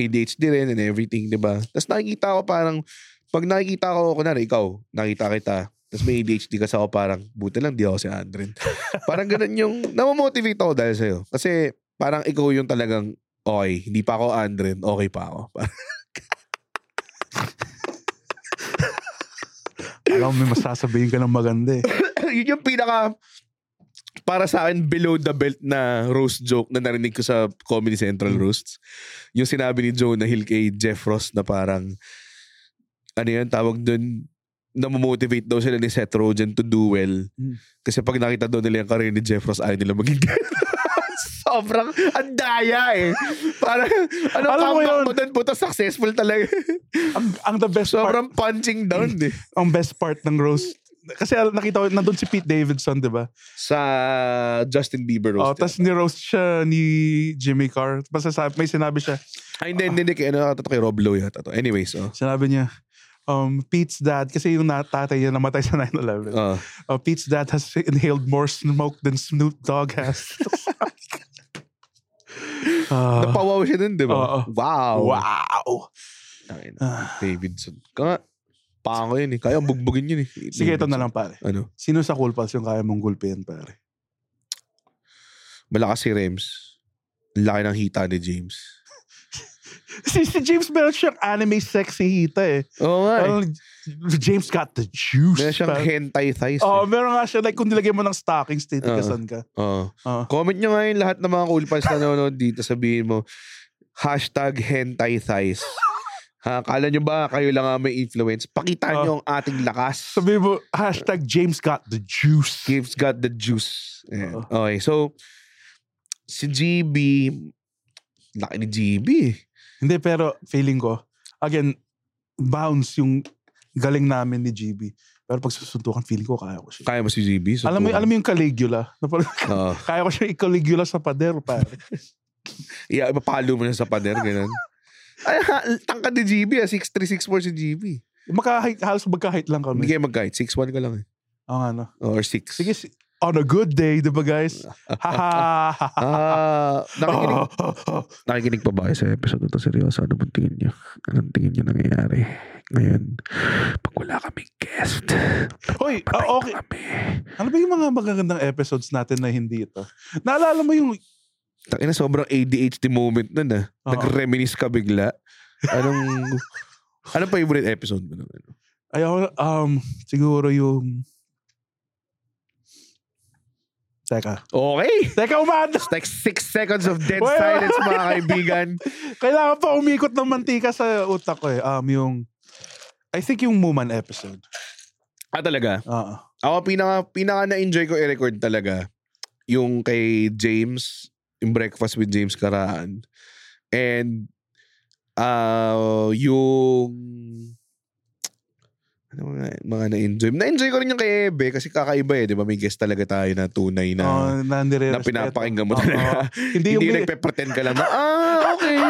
C: ADHD rin and everything, di ba? Tapos nakikita ko parang, pag nakikita ko, kunwari ikaw, nakita kita, tapos may ADHD ka sa ako parang, buti lang di ako si Andren. parang ganun yung, namomotivate ako dahil sa'yo. Kasi parang ikaw yung talagang, okay, hindi pa ako Andren, okay pa ako.
D: Alam mo, may masasabihin ka ng maganda eh.
C: yun yung pinaka para sa akin below the belt na roast joke na narinig ko sa Comedy Central
D: Hmm.
C: roasts. Yung sinabi ni Jonah Hill kay Jeff Ross na parang ano yan tawag doon namomotivate daw sila ni Seth Rogen to do well.
D: Mm.
C: Kasi pag nakita daw nila yung career ni Jeff Ross, ayaw nila maging ganun. Sobrang andaya eh. Parang, ano
D: Alam mo
C: comeback
D: yun?
C: mo doon? Puta, successful talaga.
D: Ang, ang the best part,
C: Sobrang punching down eh.
D: ang best part ng roast. Kasi al- nakita ko, nandun si Pete Davidson, di ba?
C: Sa Justin Bieber
D: Oh,
C: roast.
D: tapos ni-roast siya ni Jimmy Carr. Tapos sasabi- may sinabi siya,
C: Ay, hindi, hindi, hindi. Kay, ano, ito kay Rob Lowe yata to. Anyways, oh.
D: sinabi niya, um, Pete's dad, kasi yung na- tatay niya namatay sa 9-11.
C: Oh.
D: Uh, Pete's dad has inhaled more smoke than Snoop Dogg has. Ah,
C: Napawaw siya dun, di ba?
D: Oo.
C: Wow.
D: wow.
C: Tangina.
D: Ah.
C: Davidson. Kaya, pango yun eh. Kaya ang bugbugin yun eh.
D: Sige, ito na lang pare.
C: Ano?
D: Sino sa Cool Pals yung kaya mong gulpihan pare?
C: Malakas si Rems. Ang Laki ng hita ni James.
D: Si, si James meron siyang anime sexy hita eh.
C: Oo nga eh.
D: Parang James got the juice.
C: Meron siyang
D: pare.
C: hentai thighs. Oh,
D: Oh, meron nga siya. Like, kung nilagay mo ng stockings, titigasan ka. Oo.
C: Comment nyo nga yun lahat ng mga cool pals na nanonood dito. Sabihin mo, hashtag hentai thighs. ha, kala nyo ba kayo lang ang may influence?
D: Ah.
C: Pakita nyo ang ating lakas.
D: Sabi mo, hashtag James got the juice.
C: Gives got the juice. Ayan. Okay, so, si GB, laki ni GB. eh.
D: Hindi, pero feeling ko, again, bounce yung galing namin ni GB. Pero pag susuntukan, feeling ko kaya ko siya.
C: Kaya mo si GB? So
D: alam mo,
C: tuwa.
D: alam mo yung Caligula. Na parang,
C: Oo.
D: kaya ko siya i-Caligula sa pader, pare.
C: yeah, ipapalo mo na sa pader, ganun. Ay, ha- tangka ni GB, ah. 6'3", 6'4 si GB.
D: Magkahit, halos magkahit lang
C: Hindi
D: kami.
C: kayo mag-guide. 6'1 ka lang eh.
D: Oo nga, no?
C: Or 6.
D: Sige, si- on a good day, di ba guys? Ha ha ha ha.
C: Ah, nakikinig,
D: Oh, oh, oh.
C: nakikinig pa ba kayo sa episode na to? Seryoso, ano bang tingin nyo? Anong tingin nyo nangyayari? Ngayon, pag wala kaming guest,
D: Hoy, ah, okay. Ano ba yung mga magagandang episodes natin na hindi ito? Naalala mo yung
C: Tangina, sobrang ADHD moment nun ah.
D: Oo.
C: Nag-reminisce ka bigla. Anong, anong favorite episode mo naman?
D: Ayaw, um, siguro yung... Teka.
C: Okay.
D: Teka, umanda!
C: It's like six seconds of dead
D: Wait,
C: silence,
D: wait.
C: mga kaibigan.
D: Kailangan pa umikot ng mantika sa utak ko eh. Um, yung... I think yung Muman episode.
C: Ah, talaga?
D: Oo.
C: Ako, pinaka, pinaka na-enjoy ko i-record talaga. Yung kay James, yung Breakfast with James Karaan. And, ah yung... Ano mga, mga na-enjoy? Na-enjoy ko rin yung kay Ebe kasi kakaiba eh. Di ba? May guest talaga tayo na tunay na...
D: Oo, na, nire-respeto.
C: na pinapakinggan mo
D: Oo.
C: talaga.
D: Hindi
C: Hindi,
D: yung...
C: yung nagpe-pretend ka lang na, ah, okay.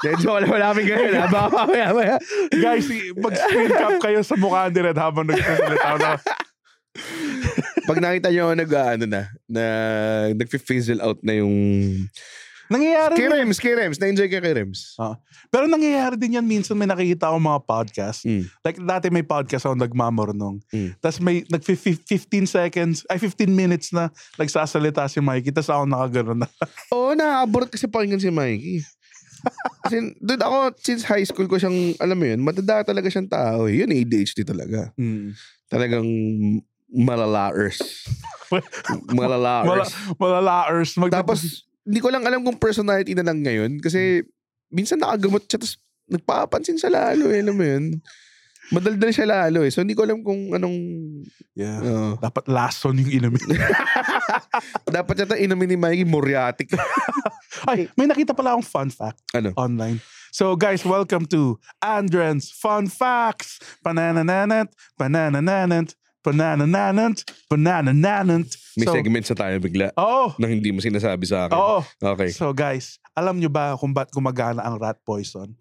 C: Then, so, wala, wala kaming ganyan. ha? Baka mamaya, mamaya.
D: guys, mag-screen cap kayo sa mukha ni Red habang nagsasalita na.
C: Pag nakita nyo, nag, ah, ano na, na, nag-fizzle out na yung
D: Nangyayari
C: Kay
D: din.
C: Rems, kay Rems. Na-enjoy ka kay Rems.
D: Ah. Pero nangyayari din yan minsan may nakikita akong mga podcast.
C: Mm.
D: Like dati may podcast ako nagmamornong.
C: Mm.
D: Tapos may nag 15 seconds, ay 15 minutes na nagsasalita si Mikey. Tapos ako nakagano'n na.
C: Oo, nakaka-abort kasi pakinggan si Mikey. Kasi, dude, ako, since high school ko siyang, alam mo yun, matanda talaga siyang tao. eh. Yun, ADHD talaga. Talagang malalaers.
D: Mala,
C: malalaers.
D: malalaers. Mag-
C: Tapos, hindi ko lang alam kung personality na lang ngayon. Kasi, minsan nakagamot siya, tapos nagpapansin siya lalo, eh, alam mo yun. Madaldal siya lalo eh. So, hindi ko alam kung anong...
D: yeah.
C: oo.
D: Dapat lason yung inumin.
C: ah, dapat yata inumin ni Mikey muriatic.
D: ay, may nakita pala akong fun fact
C: ano?
D: online. So guys, welcome to Andren's Fun Facts. Bananananant, bananananant, bananananant, bananananant.
C: May
D: So, oh,
C: segments na tayo bigla
D: Oo.
C: na hindi mo sinasabi sa akin.
D: Oo.
C: Okay.
D: So guys, alam nyo ba kung ba't gumagana ang rat poison?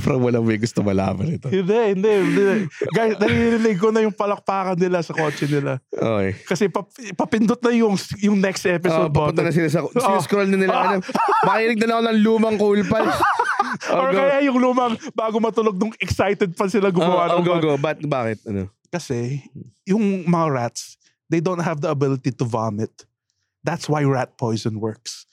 C: Parang walang may gusto malaman ito.
D: hindi, hindi, hindi. guys, naririnig ko na yung palakpakan nila sa kotse nila.
C: Okay.
D: Kasi pap- papindot na yung yung next
C: So, Ah,
D: episode
C: papunta na sila
D: button.
C: sa... Sinuscroll na nila.
D: Ah.
C: Ano, makinig na lang ako ng lumang cool pals. Oh,
D: Or
C: go.
D: kaya yung lumang bago matulog nung excited pa sila gumawa
C: Oh, oh,
D: ng
C: go,
D: bag-
C: go. Ba't, bakit? Ano?
D: Kasi yung mga rats, they don't have the ability to vomit. That's why rat poison works.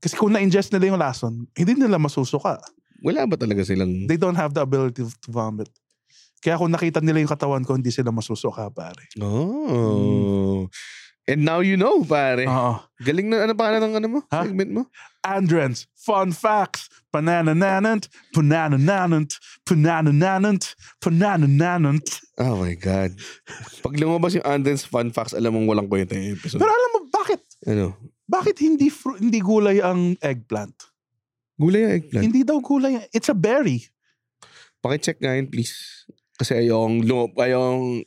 D: Kasi kung na-ingest nila yung lason, hindi nila masusuka.
C: Wala ba talaga silang...
D: They don't have the ability to vomit. Kaya kung nakita nila yung katawan ko, hindi sila masusuka, pare.
C: Oh. And now you know, pare.
D: Oo.
C: Galing na, ano pa ng ano mo?
D: Ah. Ha?
C: Segment mo?
D: Andrens, fun facts, pananananant, pananananant, pananananant, pananananant.
C: Oh my God. Pag lumabas yung Andren's Fun Facts, alam mong walang kwenta yung episode.
D: Pero alam mo, bakit?
C: ano?
D: Bakit hindi fru- hindi gulay ang eggplant?
C: Gulay ang eggplant.
D: Hindi daw gulay. It's a berry.
C: Pakicheck nga yun, please. Kasi ayong, lu- ayong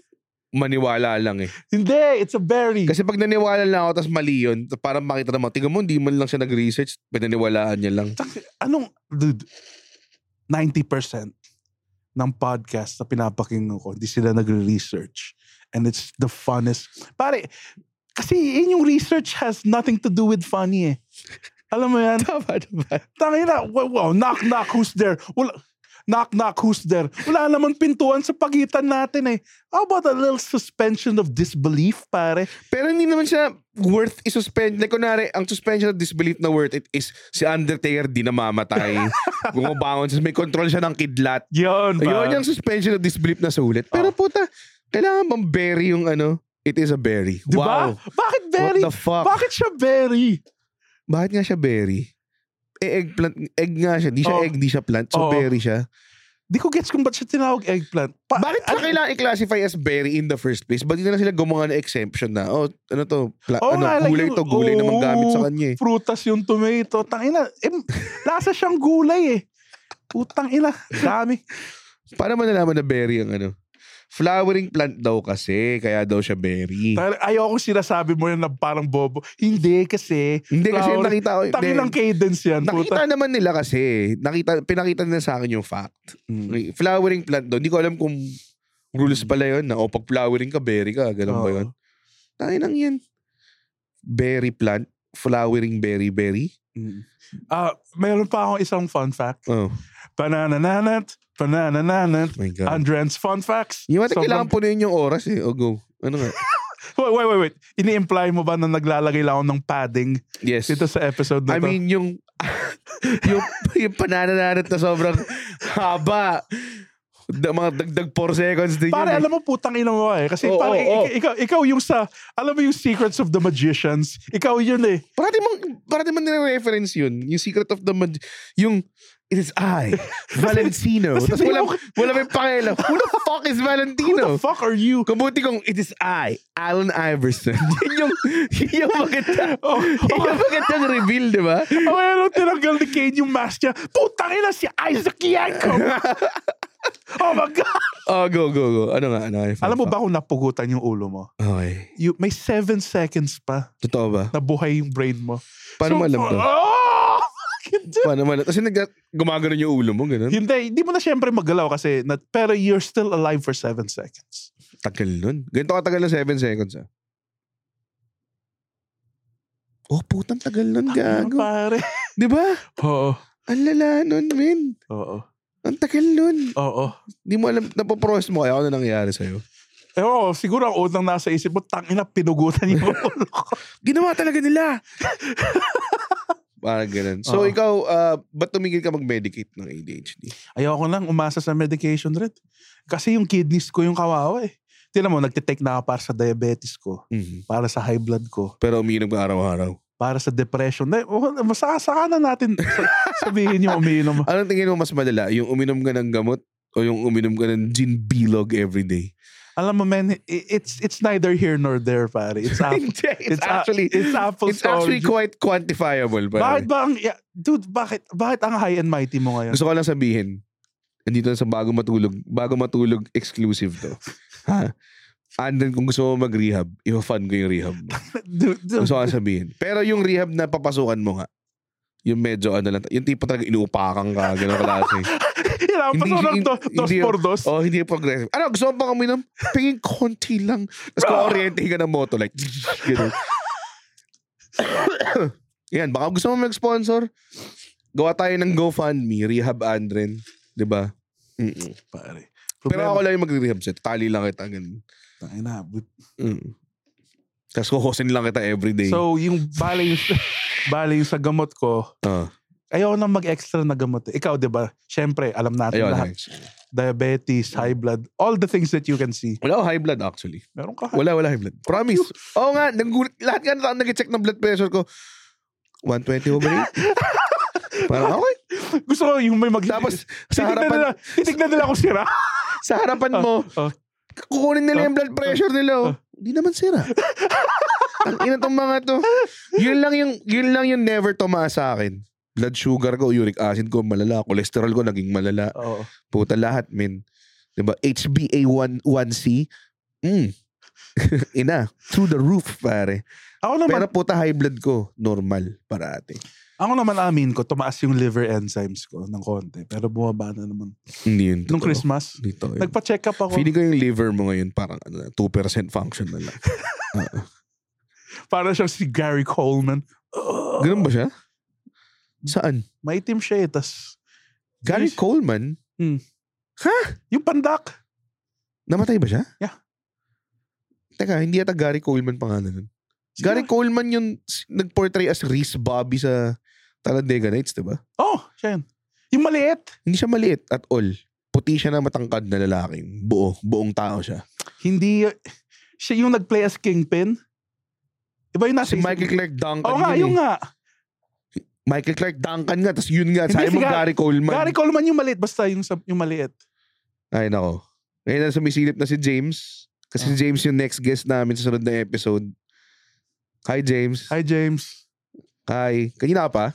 C: maniwala lang eh.
D: Hindi, it's a berry.
C: Kasi pag naniwala lang ako, tapos mali yun, tas parang makita naman, tingnan mo, hindi man lang siya nag-research, pinaniwalaan niya lang.
D: Tak- anong, dude, 90% ng podcast na pinapakinggan ko, hindi sila nagre-research. And it's the funnest. Pare, kasi yun yung research has nothing to do with funny eh. Alam mo yan?
C: Tama naman.
D: Tangina, wow, wow, knock, knock, who's there? Wala, knock, knock, who's there? Wala namang pintuan sa pagitan natin eh. How about a little suspension of disbelief, pare?
C: Pero hindi naman siya worth i-suspend. Like, kunwari, ang suspension of disbelief na worth it is si Undertaker di namamatay. Gumabangon, tapos may control siya ng kidlat.
D: Yun,
C: Ayun yung suspension of disbelief na sulit.
D: Oh.
C: Pero puta, kailangan bang berry yung ano? It is a berry.
D: Diba?
C: Wow.
D: Bakit berry?
C: What the fuck?
D: Bakit siya berry?
C: Bakit nga siya berry? Eh, eggplant. Egg nga siya. Di siya
D: Oh.
C: egg, di siya plant. So,
D: Oo.
C: berry siya.
D: Di ko gets kung ba't siya tinawag eggplant. Pa-
C: Bakit pa
D: ano-
C: kailangan i-classify as berry in the first place? Ba't di na lang sila gumawa ng exemption na, oh, ano to, pla-
D: Oo
C: ano,
D: Oh, nga, like
C: gulay
D: yung- Oh,
C: to, gulay na
D: oo,
C: manggamit sa kanya eh.
D: Prutas yung tomato. Tangina. Eh, lasa siyang gulay eh. Putang ina. Dami.
C: Paano man nalaman na berry ang ano? Flowering plant daw kasi, kaya daw siya berry.
D: Tangina, Ayokong sinasabi mo yun na parang bobo. Hindi kasi.
C: Hindi kasi
D: flower-
C: nakita ko. eh.
D: Tanginang
C: hindi.
D: cadence yan.
C: Nakita
D: Puta.
C: naman nila kasi, nakita, pinakita nila sa akin yung fact. Okay, Flowering plant daw, hindi ko alam kung rules pala yun na, o pag flowering ka, berry ka, ganun ba
D: Oo.
C: yun? Tanginang yan. Berry plant, flowering berry berry.
D: Ah, mayroon pa akong isang fun fact.
C: Oh,
D: Bananananat. Bananananat.
C: my God.
D: Andren's fun facts.
C: Yung ata
D: Sobrang-
C: kailangan punuin yung oras eh. O go. Ano nga?
D: Wait, wait, wait, wait. Ini-imply mo ba na naglalagay lang ako ng padding
C: Yes.
D: dito sa episode na
C: I
D: to?
C: mean, yung, yung, yung panananat na sobrang haba. Da, mga dagdag 4 seconds din
D: Pare,
C: yun. eh.
D: alam mo, putang ina mo eh. Kasi
C: Oo, oo,
D: pare,
C: oo.
D: ik- Ikaw, ikaw yung sa, alam mo yung Secrets of the Magicians. Ikaw yun eh.
C: eh. Parati mong, parati mong nire-reference yun. Yung Secret of the Mag... Yung, it is I, Valentino.
D: Kasi
C: Tapos
D: di
C: wala,
D: mo-
C: wala may pangalan. Who the fuck is
D: Who the
C: Valentino?
D: fuck are you?
C: Kabuti kong, it is I, Alan Iverson. yun yung, yun yung maganda.
D: Oh,
C: Yun yung magandang reveal, di ba?
D: Oh, ano, tinanggal ni Kane yung mask niya. Putang ina si Isaac Yanko. oh my God.
C: Oh, go, go, go. Ano nga, ano nga. yung fun
D: Alam mo
C: fact?
D: ba kung napugutan yung ulo mo?
C: Okay.
D: You, may seven seconds pa
C: Totoo ba?
D: na buhay yung brain mo.
C: Paano Ano mo alam to?
D: Oh! fucking dude.
C: Paano man? Kasi nag gumagano yung ulo mo, ganun.
D: Hindi, hindi mo na siyempre magalaw kasi na, pero you're still alive for seven seconds.
C: Tagal nun. Ganito katagal ng 7 seconds ah. Oh, putang tagal nun, gago.
D: Pare.
C: Di ba?
D: Oo.
C: Ang lala nun, men.
D: Oo.
C: Ang tagal nun.
D: Oo.
C: Di mo alam, napoprocess mo kaya ano nangyari sa'yo.
D: Eh, oo, siguro ang unang nasa isip mo, tangina, pinugutan yung ulo ko.
C: Ginawa talaga nila. Parang ganun. So,
D: Oo.
C: ikaw, ah, ba't tumigil ka mag-medicate ng ADHD?
D: Ayoko lang umasa sa medication rin. Kasi yung kidneys ko yung kawawa eh. Tingnan mo, nagtitake na ako para sa diabetes ko, para sa high blood ko,
C: Mm-hmm. Pero umiinom ka araw-araw.
D: para sa depression. Eh, oh, Masasaka na natin sa- sabihin yung umiinom.
C: Anong tingin mo mas madala? Yung uminom ka ng gamot o yung uminom ka ng gin bilog everyday?
D: Alam mo men, i- it's it's neither here nor there pare. It's up,
C: Hindi, it's,
D: it's a-
C: actually,
D: it's apples
C: it's actually
D: to
C: quite quantifiable.
D: Bakit
C: Pare.
D: ba ang, yeah, dude, bakit, bakit ang high and mighty mo ngayon?
C: Gusto ko lang sabihin, nandito na sa bago matulog, bago matulog exclusive to. ha? And then kung gusto mo mag-rehab, i-fund ko yung rehab mo.
D: Dude, dude,
C: Gusto ko lang sabihin. Pero yung rehab na papasukan mo nga, yung medyo ano lang, yung tipo talaga inuupakang ka, gano'ng klase.
D: Yan,
C: Hindi-
D: paso ng
C: hindi-
D: do- dos
C: hindi-
D: por dos.
C: Oh, hindi progressive. Ano, gusto mo bang uminom? Pingin konti lang. Tapos kung oriente ka ng moto, like, ganun. Yan, baka gusto mo mag-sponsor, gawa tayo ng GoFundMe, Rehab Andren. 'Di ba? Mm-mm.
D: Pare.
C: Pero ako lang yung mag-rehab set. Tali lang kita. Ganun.
D: Tangina, but-
C: Mm. Tapos kukusin lang kita everyday.
D: So, yung balance, balance sa gamot ko,
C: Ah,
D: ayaw nang mag-extra na gamot. eh. Ikaw, di ba? Siyempre, alam natin
C: ayun. eh.
D: lahat.
C: nice.
D: Diabetes, high blood, all the things that you can see.
C: Wala ako high blood actually.
D: Meron ka.
C: Wala, wala high blood. Promise. Oo nga, nagulat, lahat nga na nag-check ng blood pressure ko. 120 over 80. Parang okay.
D: Gusto ko yung may mag...
C: Tapos, sa
D: titignan nila,
C: harapan,
D: titignan nila kung sira.
C: sa harapan mo,
D: Oh.
C: kukunin nila yung blood
D: Ah.
C: pressure nila. oh. Hindi naman sira. Ang ina tong mga to. Yun lang yung, yun lang yung never tumaas sa akin. Blood sugar ko, uric acid ko, malala. Cholesterol ko, naging malala.
D: Oo.
C: Puta lahat, min. Diba? HbA1, 1C. Mm. ina. Through the roof, pare.
D: Ako naman,
C: Pero puta high blood ko, normal para ate.
D: ako naman amin ko, tumaas yung liver enzymes ko ng konti. Pero bumaba na naman.
C: Hindi yun.
D: Nung
C: totoo.
D: Christmas,
C: Dito yun.
D: nagpa-check up ako.
C: Feeling ko yung liver mo ngayon parang ano, na, 2% function na lang.
D: Para siyang si Gary Coleman.
C: Ganun ba siya? Saan?
D: May itim siya eh, tas
C: Gary
D: Yes.
C: Coleman?
D: Hmm.
C: Ha?
D: yung pandak.
C: Namatay ba siya?
D: Yeah.
C: Teka, hindi yata Gary Coleman pangalan nun.
D: Sino?
C: Gary Coleman yung s- nag-portray as Reese Bobby sa Talladega Nights, di ba?
D: Oh, siya yun. Yung maliit.
C: Hindi siya maliit at all. Puti siya na matangkad na lalaking. Buo. Buong tao siya.
D: Hindi, siya yung nag-play as Kingpin. Iba yung nasa
C: Si Michael Clark Duncan.
D: Ah, Oo nga,
C: yun
D: yung
C: eh.
D: nga.
C: Michael Clark Duncan nga. Tapos yun nga.
D: Hindi,
C: Sabi
D: si
C: mo
D: Ga-
C: Gary Coleman.
D: Gary Coleman yung maliit, basta yung, sa- yung maliit.
C: Ay, nako. Ngayon na sumisilip na si James. Kasi si
D: Ah.
C: James yung next guest namin sa sunod na episode. Hi, James. Hi.
D: Hi, James.
C: Kanina ka pa?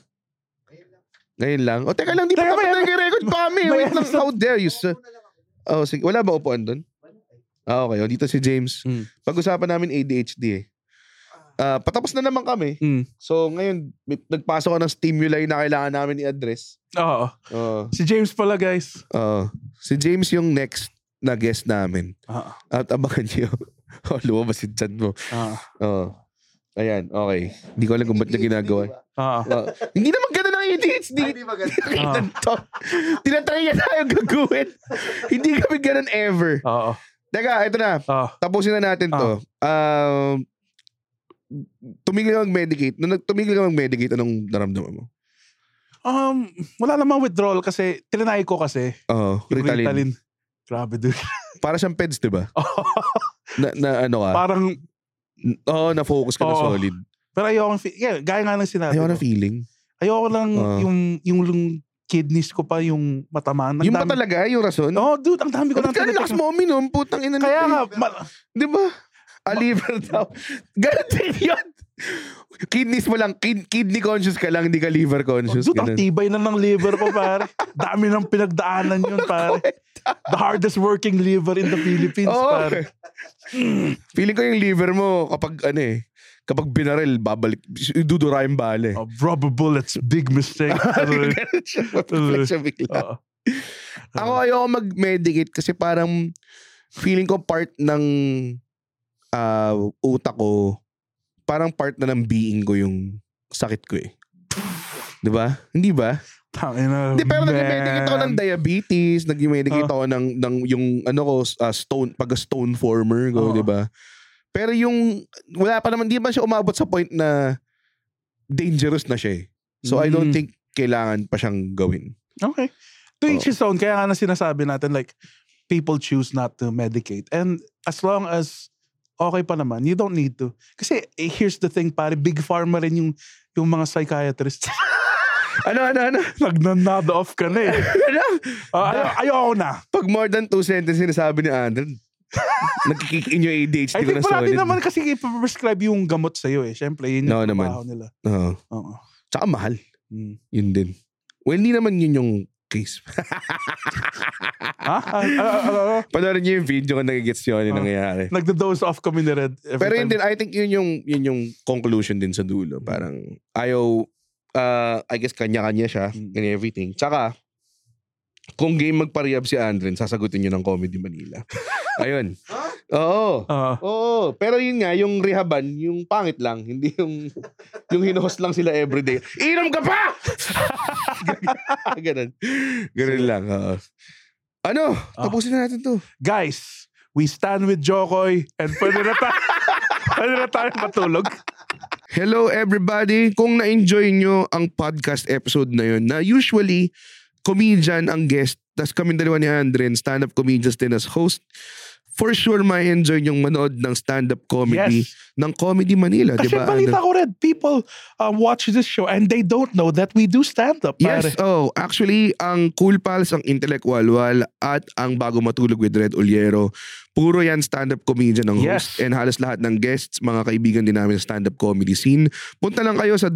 C: Ngayon lang. O, teka lang, di pa
D: Teka,
C: tapos
D: may-
C: na yung record pa kami.
D: may
C: Wait lang,
D: episode-
C: how dare you, sir. Oh, sige. Wala ba upuan doon? Ah, okay. O, dito si James.
D: Mm.
C: Pag-usapan namin ADHD eh. Ah, patapos na naman kami.
D: Mm.
C: So, ngayon, may- nagpasok ko ng stimuli na kailangan namin i-address.
D: Oo.
C: Oo.
D: Si James pala, guys.
C: Oo. si James yung next na guest namin.
D: Oo.
C: At abangan niyo. oh, lumabas yung chan mo.
D: Oo.
C: Oh. Ayan, okay. Hindi ko alam kung ba't niya ginagawa.
D: Oo.
C: Oh. hindi naman ganun ang ADHD. Hindi ba
D: Ah.
C: ganun? Tinatry niya tayong gagawin. hindi kami ganun ever.
D: Oo. Ah.
C: Teka, ito na.
D: Oo.
C: Tapusin na natin to.
D: Ah.
C: Um, tumigil ka mag-medicate. Nung nag- tumigil ka mag-medicate, anong naramdaman mo?
D: Um, wala namang withdrawal kasi tinanay ko kasi.
C: Oo,
D: yung
C: Ritalin.
D: Grabe, dude.
C: Para siyang peds, di ba? Na, na ano ka?
D: Parang,
C: Oo, na-focus ka na
D: Oo.
C: solid.
D: pero ayoko, ng fe- yeah, gaya nga ng sinabi
C: Ayaw
D: ko.
C: na feeling.
D: Ayoko lang
C: Ah.
D: yung, yung yung kidneys ko pa yung matamaan.
C: Yung
D: Ang
C: pa
D: dami-
C: talaga, yung rason?
D: Oo, dude, ang dami ko
C: Ba't ka
D: lang
C: lakas mo uminom? Putang ina.
D: Kaya nga,
C: nito.
D: ma-
C: Di ba? Aliver daw. Ganun din yun. Kidneys mo lang. Kid- kidney conscious ka lang. Hindi ka liver conscious.
D: dude, ang
C: Ganun.
D: tibay na ng liver ko, pare. Dami ng pinagdaanan yun, pare. The hardest working liver in the Philippines,
C: Oo.
D: pare.
C: Feeling ko yung liver mo kapag ano eh. Kapag binaril, babalik. Dudura yung bale.
D: Oh, rubber bullets, big mistake. Oh, Ano,
C: Ganun siya. Mapiflex siya bigla.
D: Oo.
C: Ako ayoko mag-medicate kasi parang feeling ko part ng ah, utak ko. Parang part na ng being ko yung sakit ko eh. 'Di ba? Hindi ba?
D: Tangina,
C: Hindi, pero nag-medicate
D: man.
C: ako ng diabetes, nag-medicate ako
D: Oh.
C: ng, ng yung ano ko, ah, stone, pag-stone former ko,
D: Oo.
C: di ba? Pero yung, wala pa naman, di ba siya umabot sa point na dangerous na siya eh. So I don't
D: Mm.
C: think kailangan pa siyang gawin.
D: Okay. To each
C: Oo.
D: his own. Kaya nga na sinasabi natin, like, people choose not to medicate. And as long as okay pa naman, you don't need to. Kasi eh, here's the thing, pare, big pharma rin yung, yung mga psychiatrists.
C: Ano, ano, ano?
D: Nagnanod off ka na eh.
C: ano?
D: Ah, ayo- ayoko na.
C: Pag more than two sentences sinasabi ni Andrew, nagkikick in yung ADHD
D: I
C: ko
D: think
C: na
D: wala
C: solid.
D: din naman kasi ipaprescribe yung gamot sa'yo eh. Siyempre, yun
C: No,
D: yung
C: naman.
D: trabaho nila.
C: Oo.
D: Oo.
C: Tsaka mahal.
D: Mm.
C: Yun din. Well, hindi naman yun yung case.
D: Ha? Ah, ah, ah, ah, ah.
C: Panorin niyo yung video kung nagigets nyo ano yung
D: Ah.
C: nangyayari.
D: Nagda-dose off kami ni Red. every
C: Pero yun
D: time.
C: din, I think yun yung, yun yung conclusion din sa dulo.
D: Mm.
C: Parang ayaw, uh, I guess kanya-kanya siya
D: Mm.
C: and everything. Tsaka, kung game magparehab si Andren, sasagutin niyo ng Comedy Manila. Ayun. Oo.
D: Ah.
C: Oo. Pero yun nga, yung rehaban, yung pangit lang. Hindi yung, yung hinost lang sila everyday. Inom ka pa! Ganun. Ganun lang. oo. Ano?
D: Ah.
C: Tapusin na natin to.
D: guys, we stand with Jokoy and pwede na tayo, pwede na tayo matulog.
C: Hello everybody! Kung na-enjoy nyo ang podcast episode na yun, na usually, comedian ang guest, tas kami dalawa ni Andren, stand-up comedians din as host, for sure may enjoy yung manood ng stand-up comedy
D: Yes.
C: ng Comedy Manila, Ah, di
D: Kasi
C: ba? ano?
D: balita
C: Andren?
D: ko rin, people um, watch this show and they don't know that we do stand-up, pare.
C: Yes, oh, actually, ang Cool Pals, ang Intellect Walwal, at ang Bago Matulog with Red Oliero, puro yan stand-up comedian ang host.
D: Yes.
C: And halos lahat ng guests, mga kaibigan din namin sa stand-up comedy scene. Punta lang kayo sa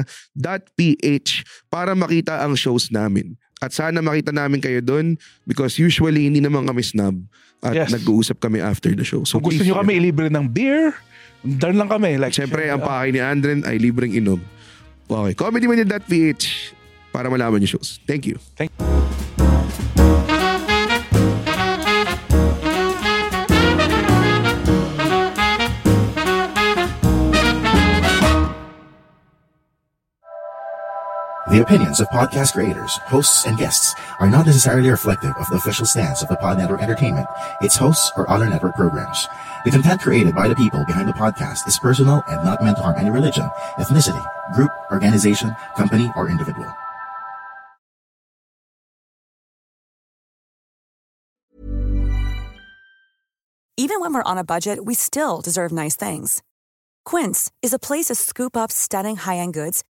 C: www.comedymanila.ph para makita ang shows namin. At sana makita namin kayo doon because usually hindi naman kami snub at
D: Yes.
C: nag-uusap kami after the show. So
D: Kung gusto
C: please,
D: nyo kami ilibre ng beer, doon lang kami. Like,
C: Siyempre, ang pakay ni Andren ay libreng inom. Okay, comedymanil.ph para malaman yung shows. Thank you.
B: The opinions of podcast creators, hosts, and guests are not necessarily reflective of the official stance of the Pod Network Entertainment, its hosts, or other network programs. The content created by the people behind the podcast is personal and not meant to harm any religion, ethnicity, group, organization, company, or individual.
E: Even when we're on a budget, we still deserve nice things. Quince is a place to scoop up stunning high-end goods